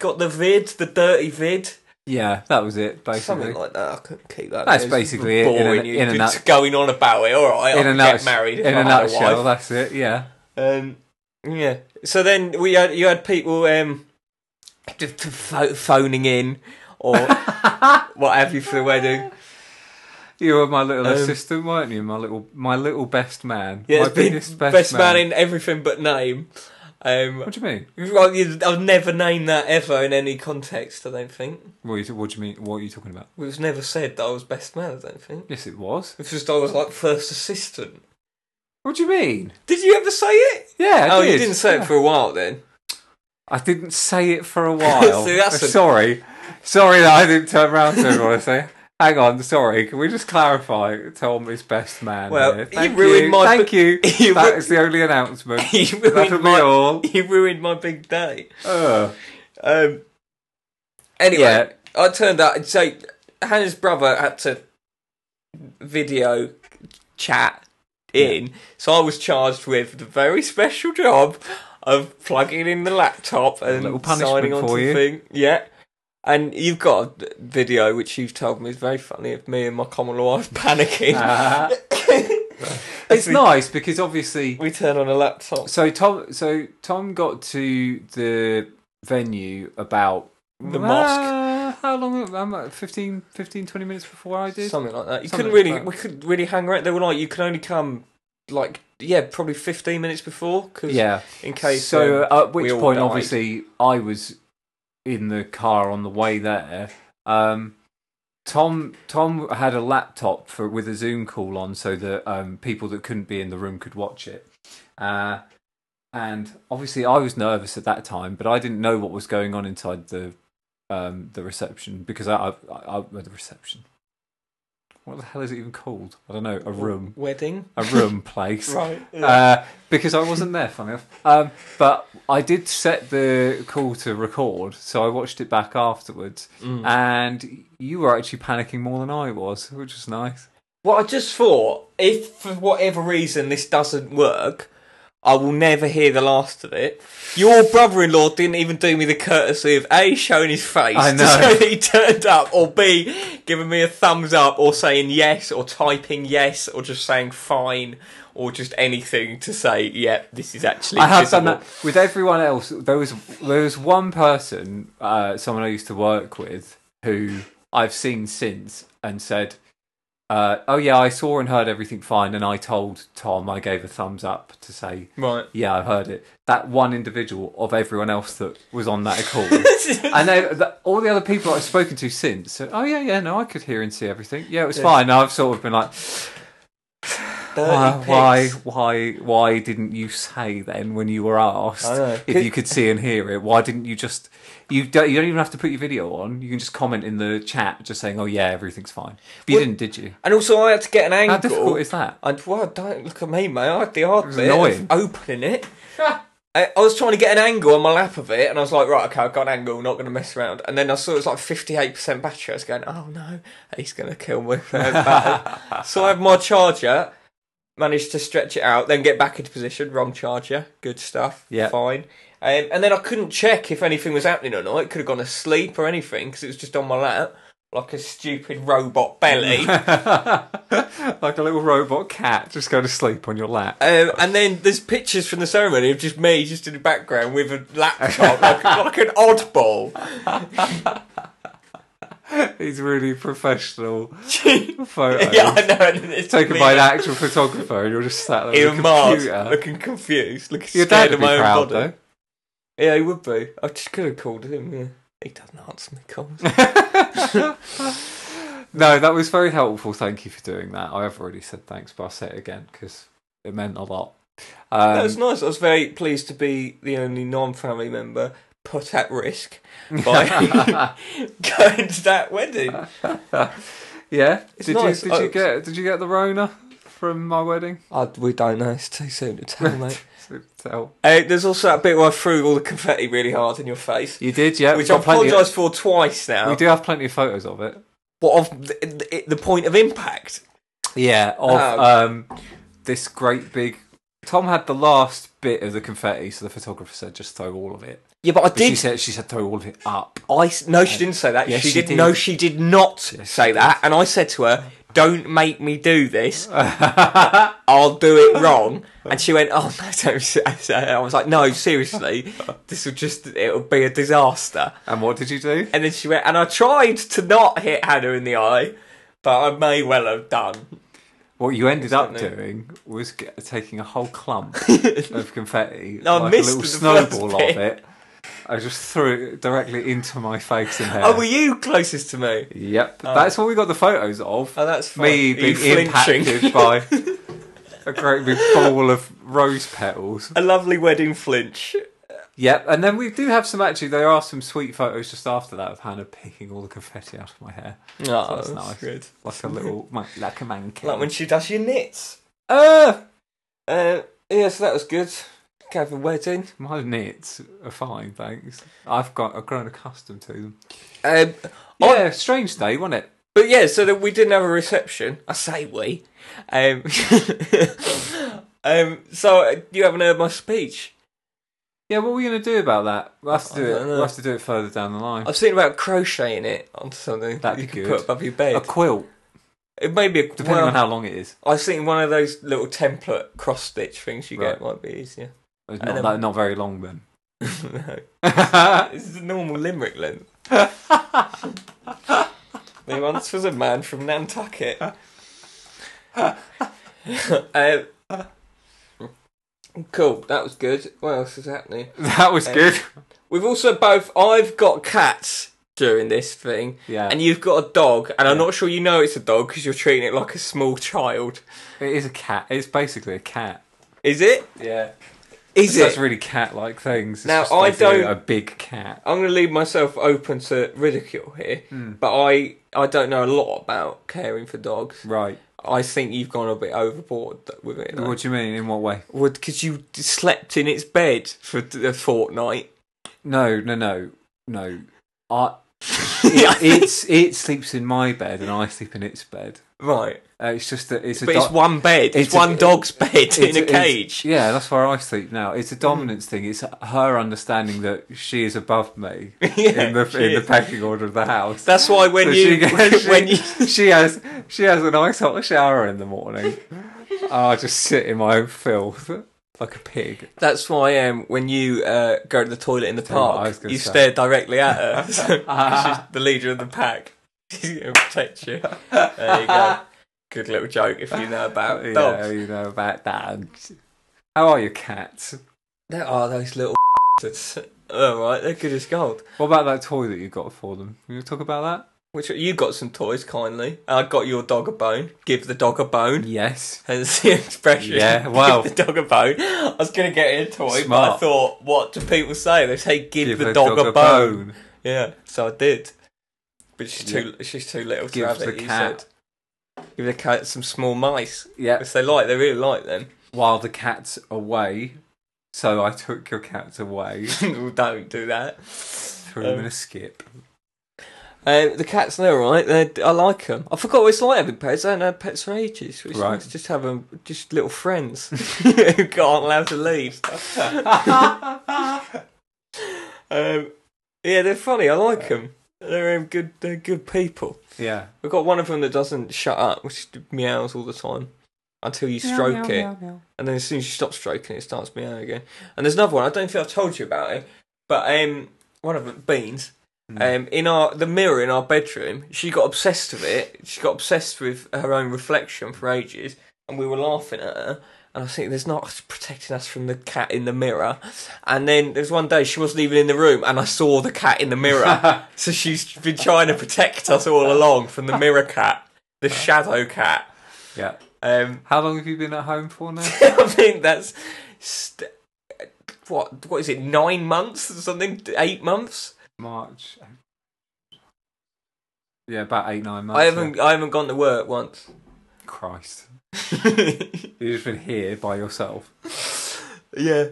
S1: got the vid, the dirty vid,
S4: Yeah, that was it, basically.
S1: something like that. I couldn't keep that.
S4: That's
S1: It was
S4: basically it, in a-
S1: boring. you
S4: in a
S1: just
S4: nut-
S1: going on about it. All right,
S4: in
S1: I'll get
S4: a nuts-
S1: married. if
S4: in
S1: I
S4: a
S1: had
S4: nutshell,
S1: wife.
S4: that's it. Yeah,
S1: Um, yeah. So then we had you had people um, just pho- phoning in or what have you for the wedding.
S4: you were my little
S1: Um,
S4: assistant, weren't you? My little, my little best man.
S1: Yeah,
S4: my
S1: it's been
S4: biggest
S1: best, man. in everything but name. Um,
S4: What do you mean?
S1: well, you- I've never named that ever in any context. I don't think
S4: What, you, what do you mean? What are you talking about?
S1: it was never said that I was best man. I don't think
S4: Yes, it was.
S1: it's just I was like first assistant.
S4: What do you mean?
S1: Did you ever say it?
S4: Yeah, I
S1: oh,
S4: did.
S1: you didn't say
S4: Yeah.
S1: it for a while then.
S4: I didn't say it for a while.
S1: See, that's a-
S4: Sorry, sorry that I didn't turn around to everyone and say. Hang on, sorry. Can we just clarify? Tom is best man.
S1: Well,
S4: here.
S1: you
S4: Thank
S1: ruined my-
S4: Thank you.
S1: You
S4: That
S1: ru-
S4: is the only announcement.
S1: you
S4: That'll
S1: ruined
S4: be
S1: my
S4: all.
S1: you ruined my big day.
S4: Ugh.
S1: Um. Anyway, I turned out. So Hannah's brother had to video chat in, so I was charged with the very special job of plugging in the laptop and
S4: little punishment
S1: signing on
S4: for
S1: to
S4: you.
S1: the thing. Yeah. And you've got a video which you've told me is very funny of me and my common law wife panicking.
S4: Uh, it's nice because obviously
S1: We turn on a laptop.
S4: so Tom so Tom got to the venue about
S1: The
S4: Ah,
S1: mosque.
S4: how long um, how much- 15 15 20 minutes before I did
S1: Something like that. You
S4: Something
S1: couldn't
S4: like
S1: really,
S4: that.
S1: we couldn't really hang around. They were like, you can only come, like, yeah, probably fifteen minutes before, cause
S4: yeah
S1: in case.
S4: so
S1: um,
S4: at which
S1: we all
S4: point
S1: died.
S4: obviously I was in the car on the way there um Tom Tom had a laptop for with a Zoom call on so that um people that couldn't be in the room could watch it uh and obviously I was nervous at that time, but I didn't know what was going on inside the um, the reception because I, I, I, I the reception. What the hell is it even called? I don't know. A room,
S1: wedding,
S4: a room place.
S1: right?
S4: Uh, because I wasn't there, funny enough. Um, but I did set the call to record, so I watched it back afterwards,
S1: Mm.
S4: and you were actually panicking more than I was, which was nice.
S1: Well, I just thought if for whatever reason this doesn't work, I will never hear the last of it. Your brother-in-law didn't even do me the courtesy of a showing his face
S4: I know.
S1: to show that he turned up, or b giving me a thumbs up, or saying yes, or typing yes, or just saying fine, or just anything to say, yeah, this is actually.
S4: I have done
S1: visible."
S4: that with everyone else. There was there was one person, uh, someone I used to work with, who I've seen since and said, uh, "Oh yeah, I saw and heard everything fine," and I told Tom, I gave a thumbs up to say,
S1: Right.
S4: "Yeah, I heard it." That one individual of everyone else that was on that call, and they, the, all the other people I've spoken to since said, "Oh yeah, yeah, no, I could hear and see everything. Yeah, it was fine." And I've sort of been like,
S1: Dirty
S4: why,
S1: pigs.
S4: why, why, why didn't you say then when you were asked
S1: I know.
S4: if you could see and hear it? Why didn't you just? You don't. You don't even have to put your video on. You can just comment in the chat, just saying, "Oh yeah, everything's fine." But you
S1: Well,
S4: didn't, did you?
S1: And also, I had to get an angle.
S4: How difficult is that?
S1: I well, don't look at me, mate. I had the hard
S4: was
S1: bit
S4: annoying.
S1: of opening it. I, I was trying to get an angle on my lap of it, and I was like, right, okay, I've got an angle, not going to mess around. And then I saw it was like 58% battery. I was going, oh no, he's going to kill me. for that battery. so I had my charger, managed to stretch it out, then get back into position. Wrong charger, good stuff,
S4: Yeah.
S1: fine. Um, and then I couldn't check if anything was happening or not. It could have gone asleep or anything because it was just on my lap, like a stupid robot belly.
S4: like a little robot cat just go to sleep on your lap.
S1: Um, and then there's pictures from the ceremony of just me just in the background with a laptop, like, like an oddball.
S4: He's really professional photos
S1: yeah, I know. and It's
S4: taken
S1: me
S4: by an actual photographer, and you're just sat there
S1: in
S4: with a
S1: Mars,
S4: computer.
S1: looking confused, looking
S4: your
S1: scared
S4: dad would
S1: of
S4: be
S1: my own
S4: proud
S1: body.
S4: though.
S1: Yeah, he would be. I just could have called him. Yeah, he doesn't answer me calls.
S4: No, that was very helpful. Thank you for doing that. I have already said thanks, but I'll say it again because it meant a lot. Um,
S1: that was nice. I was very pleased to be the only non-family member put at risk by going to that wedding.
S4: Uh, yeah.
S1: It's
S4: Did
S1: nice.
S4: you did you
S1: Oh.
S4: get did you get the Rona from my wedding?
S1: I, we don't know. It's too soon to tell, mate.
S4: So tell-
S1: Uh, there's also that bit where I threw all the confetti really hard in your face.
S4: You did, yeah.
S1: which I
S4: Got plenty of-
S1: apologise for twice now.
S4: We do have plenty of photos of it.
S1: What of the, the, the point of impact?
S4: Yeah, of
S1: Oh.
S4: um, this great big. Tom had the last bit of the confetti, so the photographer said just throw all of it.
S1: Yeah, but I
S4: But She said she said throw all of it up.
S1: I s- no, she didn't say that.
S4: Yes,
S1: she,
S4: she
S1: did.
S4: did.
S1: No, she did not say that. And I said to her, "Don't make me do this. I'll do it wrong." And she went, "Oh no, don't say that." I was like, "No, seriously, this will just it'll be a disaster."
S4: And what did you do?
S1: And then she went, and I tried to not hit Hannah in the eye, but I may well have done.
S4: What you ended up
S1: Exactly.
S4: doing was get, taking a whole clump of confetti,
S1: No, I
S4: like
S1: missed
S4: a little
S1: the first
S4: snowball
S1: bit.
S4: of it. I just threw it directly into my face and hair.
S1: Oh, were you closest to me?
S4: Yep, that's what we got the photos of.
S1: Oh, that's fine.
S4: me
S1: Are you
S4: being
S1: flinching?
S4: impacted by a great big ball of rose petals.
S1: A lovely wedding flinch.
S4: Yep, and then we do have some actually. There are some sweet photos just after that of Hannah picking all the confetti out of my hair,
S1: Oh,
S4: that's nice.
S1: good.
S4: like a little, man- like a man. cave.
S1: Like when she does your knits.
S4: Ah,
S1: Uh, yeah, so that was good. Gave a wedding.
S4: my knits are fine, thanks. I've got, I've grown accustomed to them. Oh,
S1: Um, I-
S4: Yeah, strange day, wasn't it?
S1: but yeah, so that we didn't have a reception. I say we. Um, um, so uh, you haven't heard my speech.
S4: Yeah, what are we gonna do about that? We'll have to do
S1: I
S4: it.
S1: don't know.
S4: We'll have to do it further down the line.
S1: I was thinking about crocheting it onto something
S4: Mm. That'd
S1: you
S4: be
S1: could
S4: good.
S1: put above your bed.
S4: A quilt,
S1: it may be a
S4: depending
S1: well,
S4: on how long it is.
S1: I was thinking one of those little template cross stitch things you get might be easier.
S4: It's
S1: and
S4: not,
S1: then-
S4: that, not very long then.
S1: no, this is a normal limerick length. There once was a man from Nantucket. um, cool, that was good. What else is happening?
S4: that was
S1: Um,
S4: good.
S1: We've also both. I've got cats during this thing,
S4: Yeah,
S1: and you've got a dog, and I'm not sure you know it's a dog because you're treating it like a small child.
S4: it is a cat. It's basically a cat.
S1: Is it?
S4: Yeah,
S1: Is
S4: that's
S1: it?
S4: really cat-like things. It's
S1: Now,
S4: just
S1: I
S4: basically
S1: don't-
S4: a big cat.
S1: I'm going to leave myself open to ridicule here,
S4: Hmm.
S1: but I I don't know a lot about caring for dogs.
S4: Right.
S1: I think you've gone a bit overboard th- with it. though.
S4: What do you mean? In what way?
S1: Would because you d- slept in its bed for d- a fortnight.
S4: No, no, no, no. I it, it's it sleeps in my bed and I sleep in its bed.
S1: Right,
S4: Uh, it's just that it's a
S1: but it's
S4: do-
S1: one bed. It's,
S4: it's a-
S1: one dog's bed in a
S4: It's- it's-
S1: cage. Mm.
S4: yeah, that's where I sleep now. It's a dominance thing. It's her understanding that she is above me in the
S1: she
S4: in the
S1: is.
S4: pecking order of the house.
S1: That's why when
S4: So
S1: you
S4: she goes-
S1: when you
S4: she- she has she has a nice hot shower in the morning. I just sit in my own filth like a pig.
S1: that's why um when you uh, go to the toilet in the
S4: Tell you what I
S1: park,
S4: was gonna
S1: you
S4: say.
S1: stare directly at her. so she's the leader of the pack. She's gonna protect you. There you go. good little joke if you know about
S4: Yeah,
S1: dogs.
S4: you know about dogs. How are your cats?
S1: There are those little bastards. All right, they're good as gold.
S4: What about that toy that you got for them? Can you talk about
S1: Which you got some toys kindly. I got your dog a bone. Give the dog a
S4: that?
S1: bone.
S4: Yes.
S1: Hence the expression.
S4: Yeah, wow.
S1: Give the dog a bone. I was going to get a toy, but I
S4: Smart.
S1: thought, what do people say? They say, give, the dog, a, bone. Yeah, so I did. But she's too she's too little to
S4: Give
S1: have
S4: the
S1: it. you
S4: cat.
S1: said. Give the cat some small mice.
S4: Yeah.
S1: Which they like, they really like them.
S4: While the cat's away, so I took your cats away,
S1: well, don't do that.
S4: threw them in a skip.
S1: Um, the cats, they're alright. They're, I like them. I forgot what it's like having pets. I haven't had pets for ages. It's
S4: Right.
S1: nice to just have them, just little friends who can't allow to leave. um, yeah, they're funny. I like them. They're um, good. They're good people.
S4: Yeah.
S1: We've got one of them that doesn't shut up, which meows all the time until you stroke it, and then as soon as you stop stroking it, it starts meowing again. And there's another one. I don't think I've told you about it, but um, one of them, Beans. Um, in our the mirror in our bedroom, she got obsessed with it. She got obsessed with her own reflection for ages, and we were laughing at her. And I think there's not protecting us from the cat in the mirror. And then there's one day she wasn't even in the room, and I saw the cat in the mirror. so she's been trying to protect us all along from the mirror cat, the shadow cat.
S4: Yeah.
S1: Um,
S4: How long have you been at home for now?
S1: I think that's st- what what is it? Nine months or something? Eight months?
S4: March. Yeah, about eight, nine months.
S1: I
S4: yeah.
S1: haven't I haven't gone to work once.
S4: Christ. You've just been here by yourself.
S1: yeah,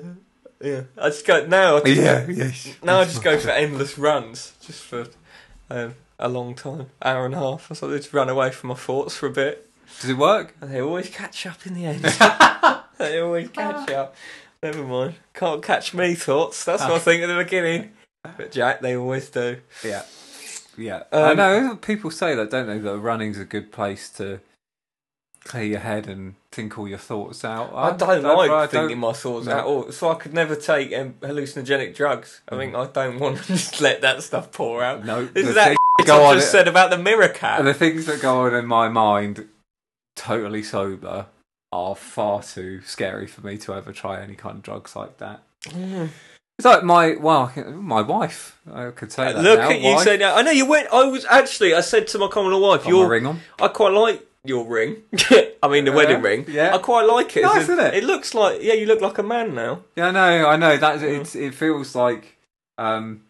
S1: yeah. I just go now. I just,
S4: yes.
S1: Now I just go for endless runs, just for um, a long time, hour and a half. I sort of just run away from my thoughts for a bit,
S4: Does it work?
S1: and they always catch up in the end. they always catch up. Never mind. Can't catch me thoughts. That's what I think at the beginning. But Jack, they always do.
S4: Yeah. Yeah. I
S1: Um,
S4: know people say that, don't they? That running's a good place to clear your head and think all your thoughts out.
S1: I don't like
S4: I
S1: thinking
S4: don't-
S1: my thoughts
S4: No.
S1: at all. So I could never take um, hallucinogenic drugs. I think I don't want to just let that stuff pour out.
S4: Mm. No,
S1: This
S4: the
S1: is that
S4: thing-
S1: shit
S4: go
S1: I
S4: on
S1: just
S4: it.
S1: said about the mirror cat.
S4: And the things that go on in my mind, totally sober, are far too scary for me to ever try any kind of drugs like that. It's like my well, my wife. I could say that.
S1: Uh, Look
S4: now,
S1: at you
S4: wife.
S1: saying that. I know you went. I was actually. I said to my commoner wife,
S4: Got my
S1: "Your,
S4: ring on.
S1: I quite like your ring. I mean, the
S4: Yeah,
S1: wedding ring.
S4: yeah.
S1: I quite like it.
S4: Nice,
S1: It's a-
S4: isn't it?
S1: It looks like. Yeah, you look like a man now.
S4: Yeah, I know, I know. That it's, it feels like um,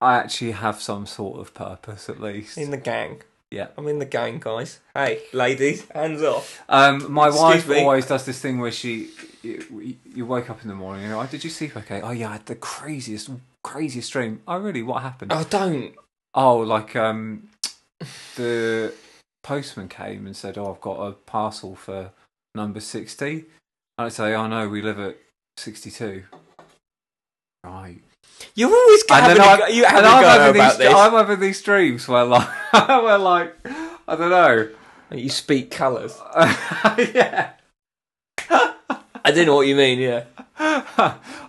S4: I actually have some sort of purpose at least.
S1: In the gang.
S4: Yeah.
S1: I'm in the gang, guys. Hey, ladies, hands off.
S4: Um, my
S1: Excuse
S4: wife
S1: me.
S4: always does this thing where she, you, you wake up in the morning and you're like, "Did you sleep okay?" Oh yeah, I had the craziest, craziest dream. Oh really? What happened?
S1: Oh, don't.
S4: Oh, like um, the postman came and said, "Oh, I've got a parcel for number 60. And I'd say, "Oh no, we live at sixty-two. Right.
S1: You're always having a go. You having
S4: and
S1: a
S4: I'm
S1: go
S4: having
S1: about
S4: these,
S1: this.
S4: I'm having these dreams where like, where like, I don't know.
S1: You speak colours.
S4: yeah.
S1: I do know what you mean. Yeah.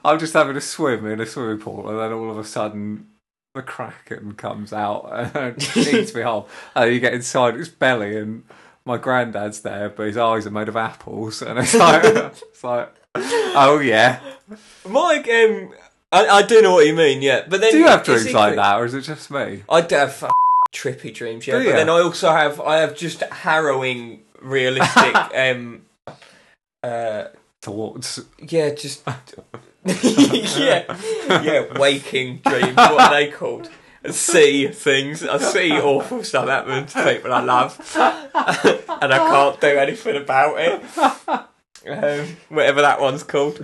S4: I'm just having a swim in a swimming pool, and then all of a sudden, the kraken comes out and eats me whole. And you get inside its belly, and my granddad's there, but his eyes are made of apples, and it's like, it's like, oh yeah.
S1: Mike, um, I, I do know what you mean. Yeah, but then
S4: Do you have
S1: is
S4: dreams
S1: he
S4: like
S1: cre-
S4: that, or is it just me?
S1: I do have f- trippy dreams, yeah.
S4: Do
S1: But
S4: ya?
S1: then I also have I have just harrowing, realistic, um, uh,
S4: Thoughts.
S1: yeah, just yeah, yeah, waking dreams. What are they called? I see things. I see awful stuff happen to people I love, and I can't do anything about it. Um, whatever that one's called.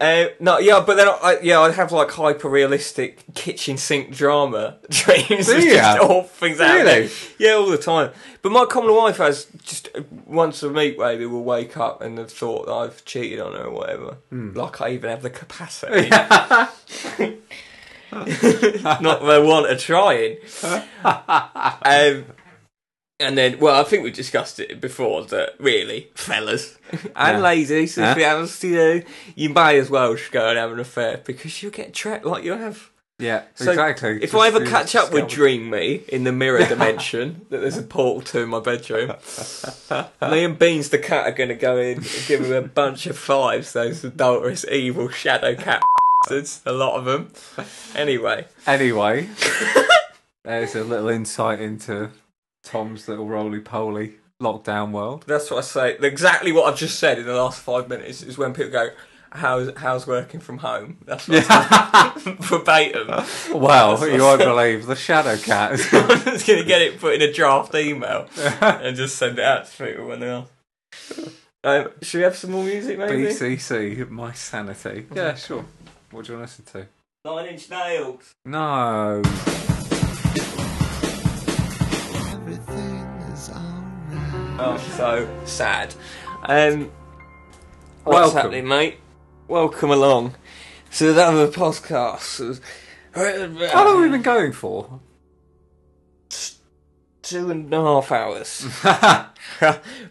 S1: Uh, no, yeah, but then I, I- yeah, I'd have like hyper realistic kitchen sink drama dreams.
S4: Do
S1: It's
S4: you?
S1: just all things out there.
S4: Really?
S1: Yeah, all the time. But my common wife has just uh, once a week maybe will wake up and have thought that I've cheated on her or whatever. Like I even have the capacity. Not that I want to try it. Um, and then, well, I think we discussed it before that really, fellas and ladies, if
S4: Huh?
S1: you haven't seen you, you may as well just go and have an affair because you'll get trapped like you have.
S4: Yeah,
S1: So
S4: exactly.
S1: If
S4: Just
S1: I ever
S4: the
S1: catch up with
S4: skeleton.
S1: Dream Me in the mirror dimension, that there's a portal to my bedroom, me and Beans the cat are going to go in and give him a bunch of fives, those adulterous, evil shadow cat bastards, a lot of them. Anyway,
S4: Anyway, there's a little insight into Tom's little roly poly lockdown world.
S1: that's what I say. Exactly what I've just said in the last five minutes is when people go, How's, how's working from home? That's what I say. verbatim.
S4: Wow, you won't believe the Shadow Cat.
S1: I'm just gonna get it put in a draft email and just send it out to people when they ask. Um, should we have some more music, maybe?
S4: BCC, my sanity. Yeah, sure. What do you want to listen to?
S1: Nine Inch Nails.
S4: No.
S1: Oh, so sad. Um, what's
S4: Welcome.
S1: happening, mate? Welcome along. So that other podcast. was-
S4: How long have we been going for?
S1: Two and a half hours.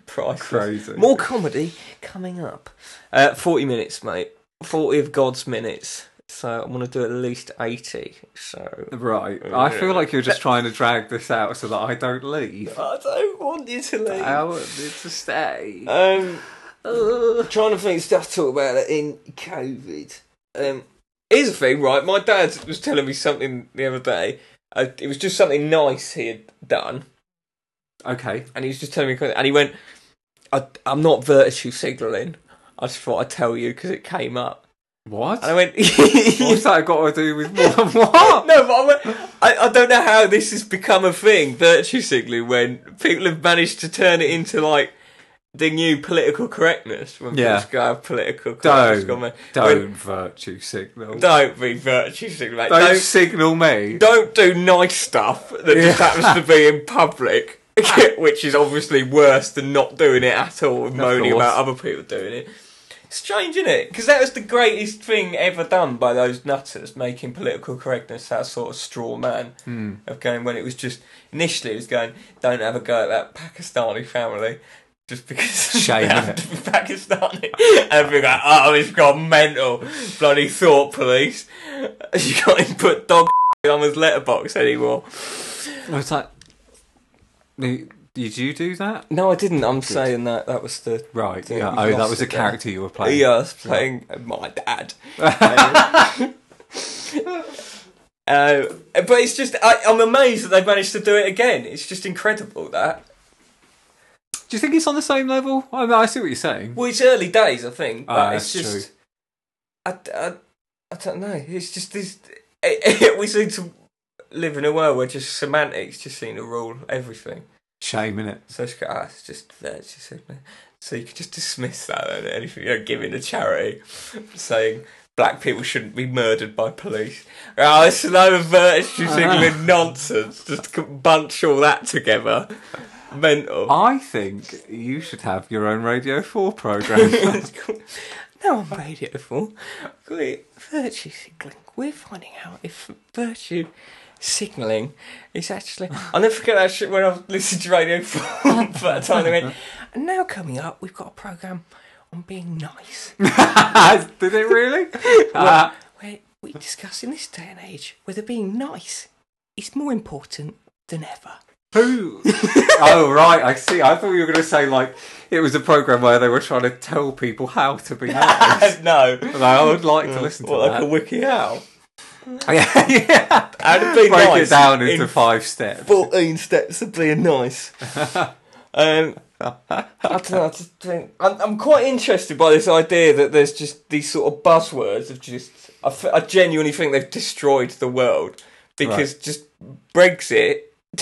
S1: Priceless.
S4: Crazy.
S1: More comedy coming up. Uh, 40 minutes, mate. 40 of God's minutes. So I'm going to do at least 80. So
S4: Right.
S1: Oh,
S4: I feel like you're just trying to drag this out so that I don't leave.
S1: I don't want you to leave.
S4: I want you to stay.
S1: Um, trying to think stuff to talk about it in COVID. Um, here's the thing, right? My dad was telling me something the other day. Uh, it was just something nice he had done,
S4: Okay.
S1: and he was just telling me, and he went, I, "I'm not virtue signalling. I just thought I'd tell you because it came up."
S4: What?
S1: And I went,
S4: What's that got to do with what? what?
S1: No, but I, went, I, I don't know how this has become a thing, virtue signaling, when people have managed to turn it into like the new political correctness. When
S4: Yeah.
S1: people go have political correctness.
S4: Don't,
S1: comment.
S4: don't
S1: When-
S4: virtue signal. Don't,
S1: don't be virtue signaling. mate. Don't,
S4: signal me.
S1: don't do nice stuff that just
S4: Yeah.
S1: happens to be in public, which is obviously worse than not doing it at all and moaning
S4: course.
S1: about other people doing it. Strange, isn't it? Because that was the greatest thing ever done by those nutters, making political correctness that sort of straw man of going when it was just initially it was going, don't have a go at that Pakistani family. Just because
S4: Shame,
S1: they have
S4: innit?
S1: to be Pakistani, and be like, oh, it's gone mental, bloody thought police. You can't even put dog on his letterbox anymore.
S4: It's like, did you do that?
S1: No, I didn't. I'm saying that that was the
S4: Right.
S1: Yeah,
S4: Yeah.
S1: you've
S4: Oh, that
S1: lost
S4: was
S1: it
S4: a
S1: there.
S4: character you were playing.
S1: yeah, I was playing my dad. Um, uh, but it's just I, I'm amazed that they've managed to do it again. It's just incredible that.
S4: Do you think it's on the same level? I mean, I see what you're saying.
S1: Well, it's early days, I think, but
S4: Ah,
S1: it's
S4: that's
S1: just I, I, I don't know. It's just this. It, it, we seem to live in a world where just semantics just seem to rule everything.
S4: Shame in it.
S1: So it's, ah, it's just virtue signaling. So you can just dismiss that and anything you know, giving to charity, saying black people shouldn't be murdered by police. Oh, it's a load of virtue signaling nonsense. Just c- bunch all that together. Mental.
S4: I think you should have your own Radio Four program.
S1: no one made it before. We're virtue signaling. We're finding out if virtue signalling is actually. I'll never forget that shit when I listened to Radio 4 for that time. They went, and now coming up, we've got a programme on being nice.
S4: Did it really? Ah,
S1: Where we discuss in this day and age whether being nice is more important than ever.
S4: who? oh right, I see. I thought you were going to say like it was a program where they were trying to tell people how to be happy.
S1: no.
S4: And I would like to listen to
S1: What, like
S4: that.
S1: a wiki how?
S4: yeah, yeah.
S1: How to be
S4: Break
S1: nice
S4: it down
S1: in
S4: into five steps.
S1: 14 steps of being nice. um, I don't know, I just think, I'm, I'm quite interested by this idea that there's just these sort of buzzwords of just. I, f- I genuinely think they've destroyed the world because just Brexit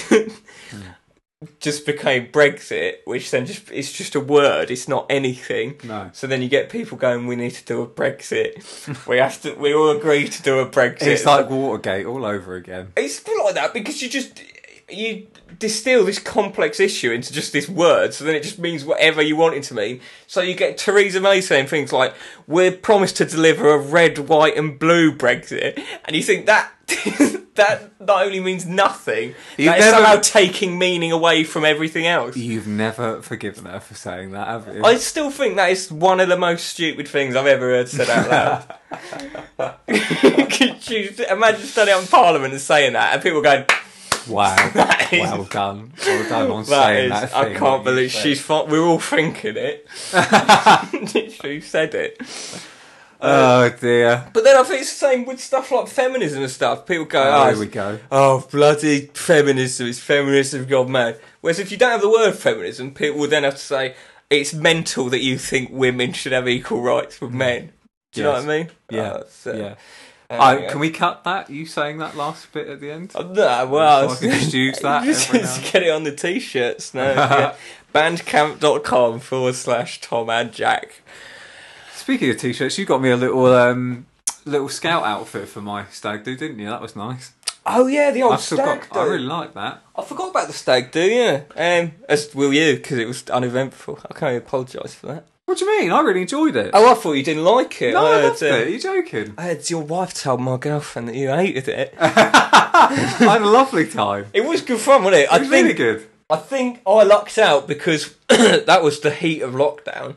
S1: just became Brexit, which then just it's just a word. It's not anything.
S4: No.
S1: So then you get people going, "We need to do a Brexit. we have to. We all agree to do a Brexit."
S4: It's like Watergate all over again.
S1: It's a bit like that because you just you distill this complex issue into just this word, so then it just means whatever you want it to mean. So you get Theresa May saying things like, "We're promised to deliver a red, white, and blue Brexit," and you think that that not only means nothing,
S4: You've
S1: that it's
S4: never-
S1: somehow taking meaning away from everything else.
S4: You've never forgiven her for saying that, have you?
S1: I still think that is one of the most stupid things I've ever heard said out loud. Could you imagine standing up in Parliament and saying that, and people going,
S4: wow.
S1: That is-
S4: well done. Well done on
S1: "That
S4: saying
S1: is,
S4: that.
S1: I
S4: thing
S1: can't
S4: that you
S1: believe
S4: said.
S1: she's. Fo- we're all thinking it. she said it."
S4: Oh dear.
S1: But then I think it's the same with stuff like feminism and stuff. People go,
S4: Oh,
S1: "Oh,
S4: here we go.
S1: oh bloody feminism! It's feminism gone mad." Whereas if you don't have the word feminism, people will then have to say it's mental that you think women should have equal rights with men. Do you
S4: Mm. Yes.
S1: know what I mean?
S4: Yeah.
S1: Uh, so-
S4: yeah.
S1: Uh,
S4: Uh, Can we cut that? You saying that last bit at the end?
S1: Uh, No, well,
S4: So I can just use that
S1: just,
S4: every
S1: just
S4: now.
S1: get it on the t-shirts. No, yeah. bandcamp.com forward slash Tom and Jack.
S4: Speaking of t-shirts, you got me a little um, little scout outfit for my stag do, didn't you? That was nice.
S1: Oh yeah, the old
S4: I've still
S1: stag
S4: got.
S1: do.
S4: I really like that.
S1: I forgot about the stag do. Yeah, um, as will you because it was uneventful. I can only apologise for that.
S4: What do you mean? I really enjoyed it.
S1: Oh, I thought you didn't like it.
S4: no,
S1: I
S4: I
S1: heard,
S4: loved
S1: um,
S4: it. Are you joking?
S1: I heard your wife tell my girlfriend that you hated it.
S4: I had a lovely time.
S1: It was good fun, wasn't it?
S4: It
S1: I
S4: was
S1: think
S4: really good.
S1: I think I lucked out because that was the heat of lockdown.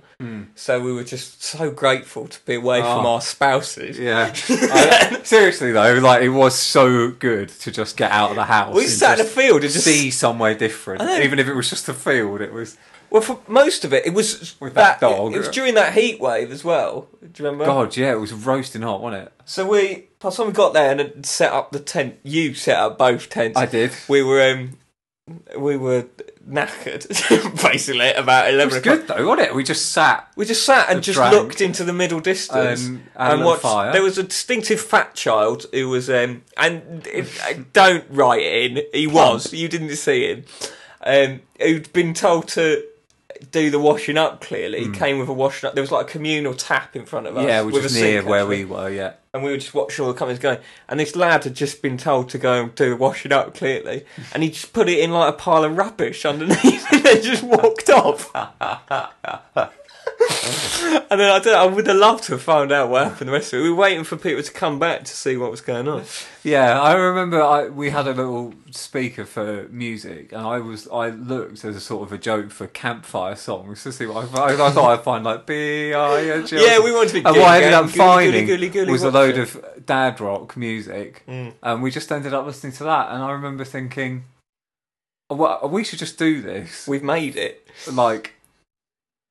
S1: So we were just so grateful to be away from
S4: Hmm. Oh.
S1: our spouses.
S4: Yeah. I- seriously though, like it was so good to just get out of the house.
S1: We
S4: and
S1: sat in the
S4: just
S1: field and just
S4: see somewhere different,
S1: know.
S4: even if it was just the field. It was.
S1: Well, for most of it, it was
S4: With that dog.
S1: It was during that heat wave as well. Do you remember?
S4: God, yeah, it was roasting hot, wasn't it?
S1: So we, by the time we got there and set up the tent, you set up both tents.
S4: I did.
S1: We were, um, we were knackered basically at about
S4: It
S1: eleven
S4: was
S1: o'clock.
S4: good though, wasn't it? We just sat.
S1: We just sat and
S4: And
S1: just
S4: drank.
S1: looked into the middle distance
S4: Um, had a little fire.
S1: There was a distinctive fat child who was, um, and if, I don't write it in. He was. You didn't see him. Um, who'd been told to do the washing up. Clearly, he came with a washing up. There was like a communal tap in front of us.
S4: Hmm. Yeah, which
S1: with
S4: was
S1: a sink,
S4: near where
S1: actually.
S4: we were. Yeah.
S1: and we were just watching all the companies going. And this lad had just been told to go and do the washing up. Clearly, and he just put it in like a pile of rubbish underneath, and then just walked off. And then I, don't, I would have loved to have found out what happened. The rest of it, we were waiting for people to come back to see what was going on.
S4: Yeah, I remember I, we had a little speaker for music, and I was I looked as a sort of a joke for campfire songs to see what I found. I thought I'd find like B I N G.
S1: Yeah, we wanted to be
S4: And what I
S1: gilly
S4: ended
S1: gang,
S4: up
S1: gilly, gilly,
S4: finding
S1: gilly, gilly,
S4: was a
S1: what's
S4: load
S1: it? Mm.
S4: of dad rock music, and we just ended up listening to that. And I remember thinking, well, we should just do this
S1: We've made it.
S4: like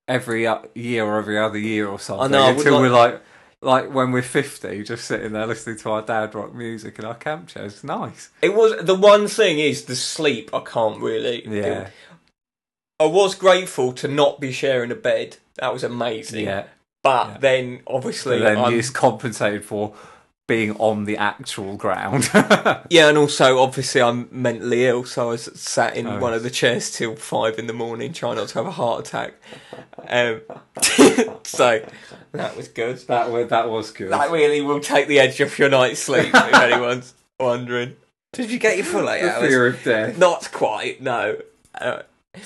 S4: every o- year or every other year or something
S1: know, I would
S4: until
S1: like-
S4: we're like. Like when we're fifty, just sitting there listening to our dad rock music in our camp chairs. It's nice.
S1: It was the one thing is the sleep. I can't really. do.
S4: Yeah.
S1: I was grateful to not be sharing a bed. That was amazing.
S4: Yeah.
S1: But
S4: Yeah.
S1: then obviously,
S4: But then
S1: I'm-
S4: it's compensated for being on the actual ground.
S1: yeah, and also obviously I'm mentally ill, so I was sat in
S4: Oh.
S1: one of the chairs till five in the morning, trying not to have a heart attack. Um, so that was good.
S4: that was that was good.
S1: That really will take the edge off your night's sleep, if anyone's wondering. Did you get your full eight
S4: the
S1: hours?
S4: fear of death,
S1: Not quite, no. Uh,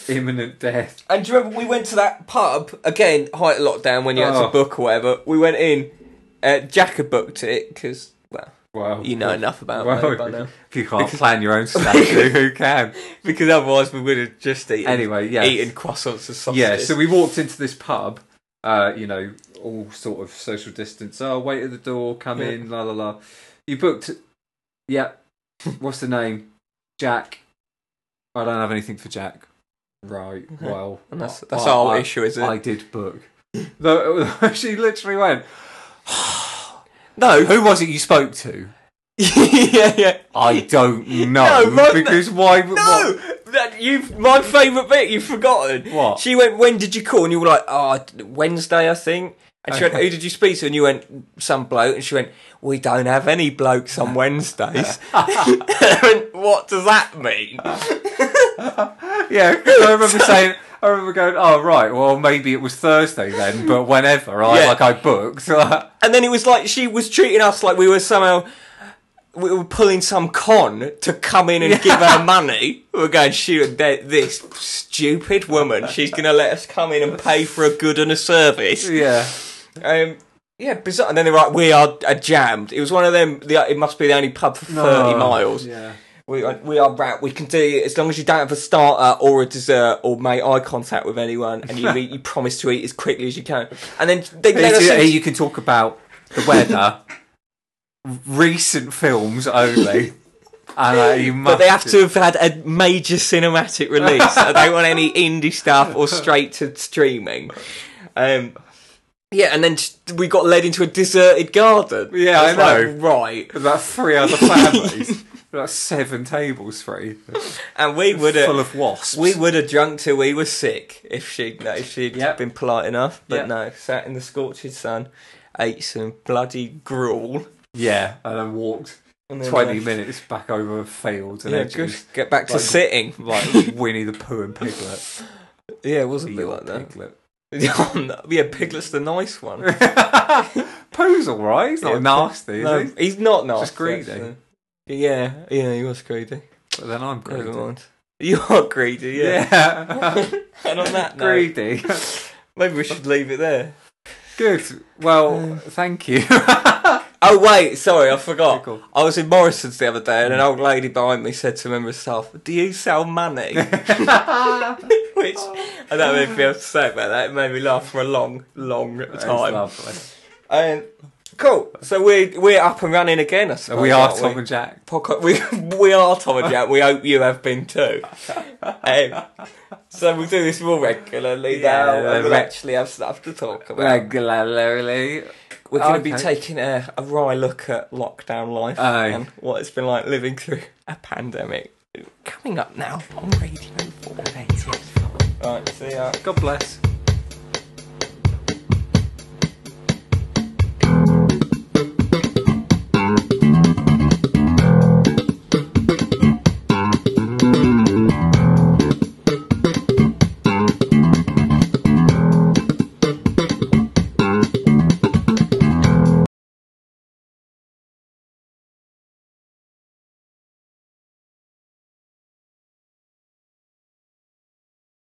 S4: imminent death.
S1: and do you remember we went to that pub, again, height of lockdown when you had
S4: Oh.
S1: to book or whatever. We went in, uh, Jack had booked it, because, well,
S4: Well,
S1: you know enough about
S4: well,
S1: me by now.
S4: if you can't plan your own statue, who can?
S1: Because otherwise we would have just eaten,
S4: Anyway, yes.
S1: eaten croissants and sausages.
S4: Yeah. So we walked into this pub. Uh, you know, all sort of social distance. Oh, wait at the door. Come
S1: Yeah.
S4: in. La la la. You booked. Yeah. What's the name? Jack. I don't have anything for Jack. Right. Well,
S1: and that's, that's
S4: I-
S1: our
S4: I-
S1: issue, is it?
S4: I did book. Though she literally went.
S1: no.
S4: Who was it you spoke to?
S1: yeah, yeah.
S4: I don't know
S1: No, my-
S4: because why? would-
S1: No, that you've my favourite bit. You've forgotten.
S4: What?
S1: She went. When did you call? And you were like, oh, d- Wednesday, I think. And she went,
S4: Okay.
S1: who did you speak to? And you went, some bloke. And she went, we don't have any blokes on Wednesdays. I went, what does that mean?
S4: what- Yeah, 'cause I remember saying. I remember going. Oh right. Well, maybe it was Thursday then, but whenever I
S1: Yeah.
S4: like I booked.
S1: And then it was like she was treating us like we were somehow. We were pulling some con to come in and give her money. We were going, she, they- this stupid woman, she's going to let us come in and pay for a good and a service.
S4: yeah.
S1: Um, Yeah, bizarre. And then they're like, "We are uh, jammed." It was one of them. The, it must be the only pub for thirty miles.
S4: Oh, Yeah.
S1: We are, we are wrapped. We can do it as long as you don't have a starter or a dessert or make eye contact with anyone, and you eat, you promise to eat as quickly as you can. And then they let us.
S4: Here
S1: in-
S4: you can talk about the weather, recent films only, and uh, you must.
S1: But they have to have had a major cinematic release. I don't want any indie stuff or straight to streaming. Um, yeah, and then just- we got led into a deserted garden.
S4: Yeah,
S1: It's
S4: I
S1: like, right.
S4: About three other families. about seven tables for you.
S1: And we would
S4: Full
S1: have
S4: of wasps.
S1: we would have drunk till we were sick if she no, if she'd
S4: Yep.
S1: been polite enough. But
S4: Yep.
S1: no, sat in the scorching sun, ate some bloody gruel.
S4: yeah, and then walked
S1: And then,
S4: twenty
S1: uh,
S4: minutes back over a field and
S1: Yeah,
S4: edges,
S1: just get back to
S4: Like-
S1: sitting.
S4: like Winnie the Pooh and Piglet.
S1: Yeah, it was a bit
S4: Your
S1: like that.
S4: Piglet.
S1: yeah, Piglet's the nice one.
S4: Pooh's all right. He's not
S1: Yeah,
S4: nasty, is
S1: No,
S4: he?
S1: he's not not.
S4: Just greedy.
S1: Yeah, yeah, he was greedy.
S4: But then I'm greedy.
S1: Never mind. You are greedy, yeah.
S4: Yeah.
S1: and on that note,
S4: greedy.
S1: maybe we should leave it there.
S4: Good. Well, thank you.
S1: Oh wait, sorry, I forgot.
S4: Cool.
S1: I was in Morrison's the other day, and an old lady behind me said to a member of staff, "Do you sell money?" Which I don't really be able to say about that. It made me laugh for a long, long
S4: That's
S1: time.
S4: lovely.
S1: Um, cool. So we're we're up and running again. I suppose.
S4: we are
S1: aren't
S4: Tom and Jack.
S1: Podcast. We we are Tom and Jack. We hope you have been too. Um, so we do this more regularly
S4: Yeah,
S1: now, and we
S4: re-
S1: actually have stuff to talk about.
S4: Regularly.
S1: We're going to be
S4: Okay.
S1: taking a, a wry look at lockdown life
S4: Aye.
S1: and what it's been like living through a pandemic. Coming up now on Radio Four. Right, see ya.
S4: God bless.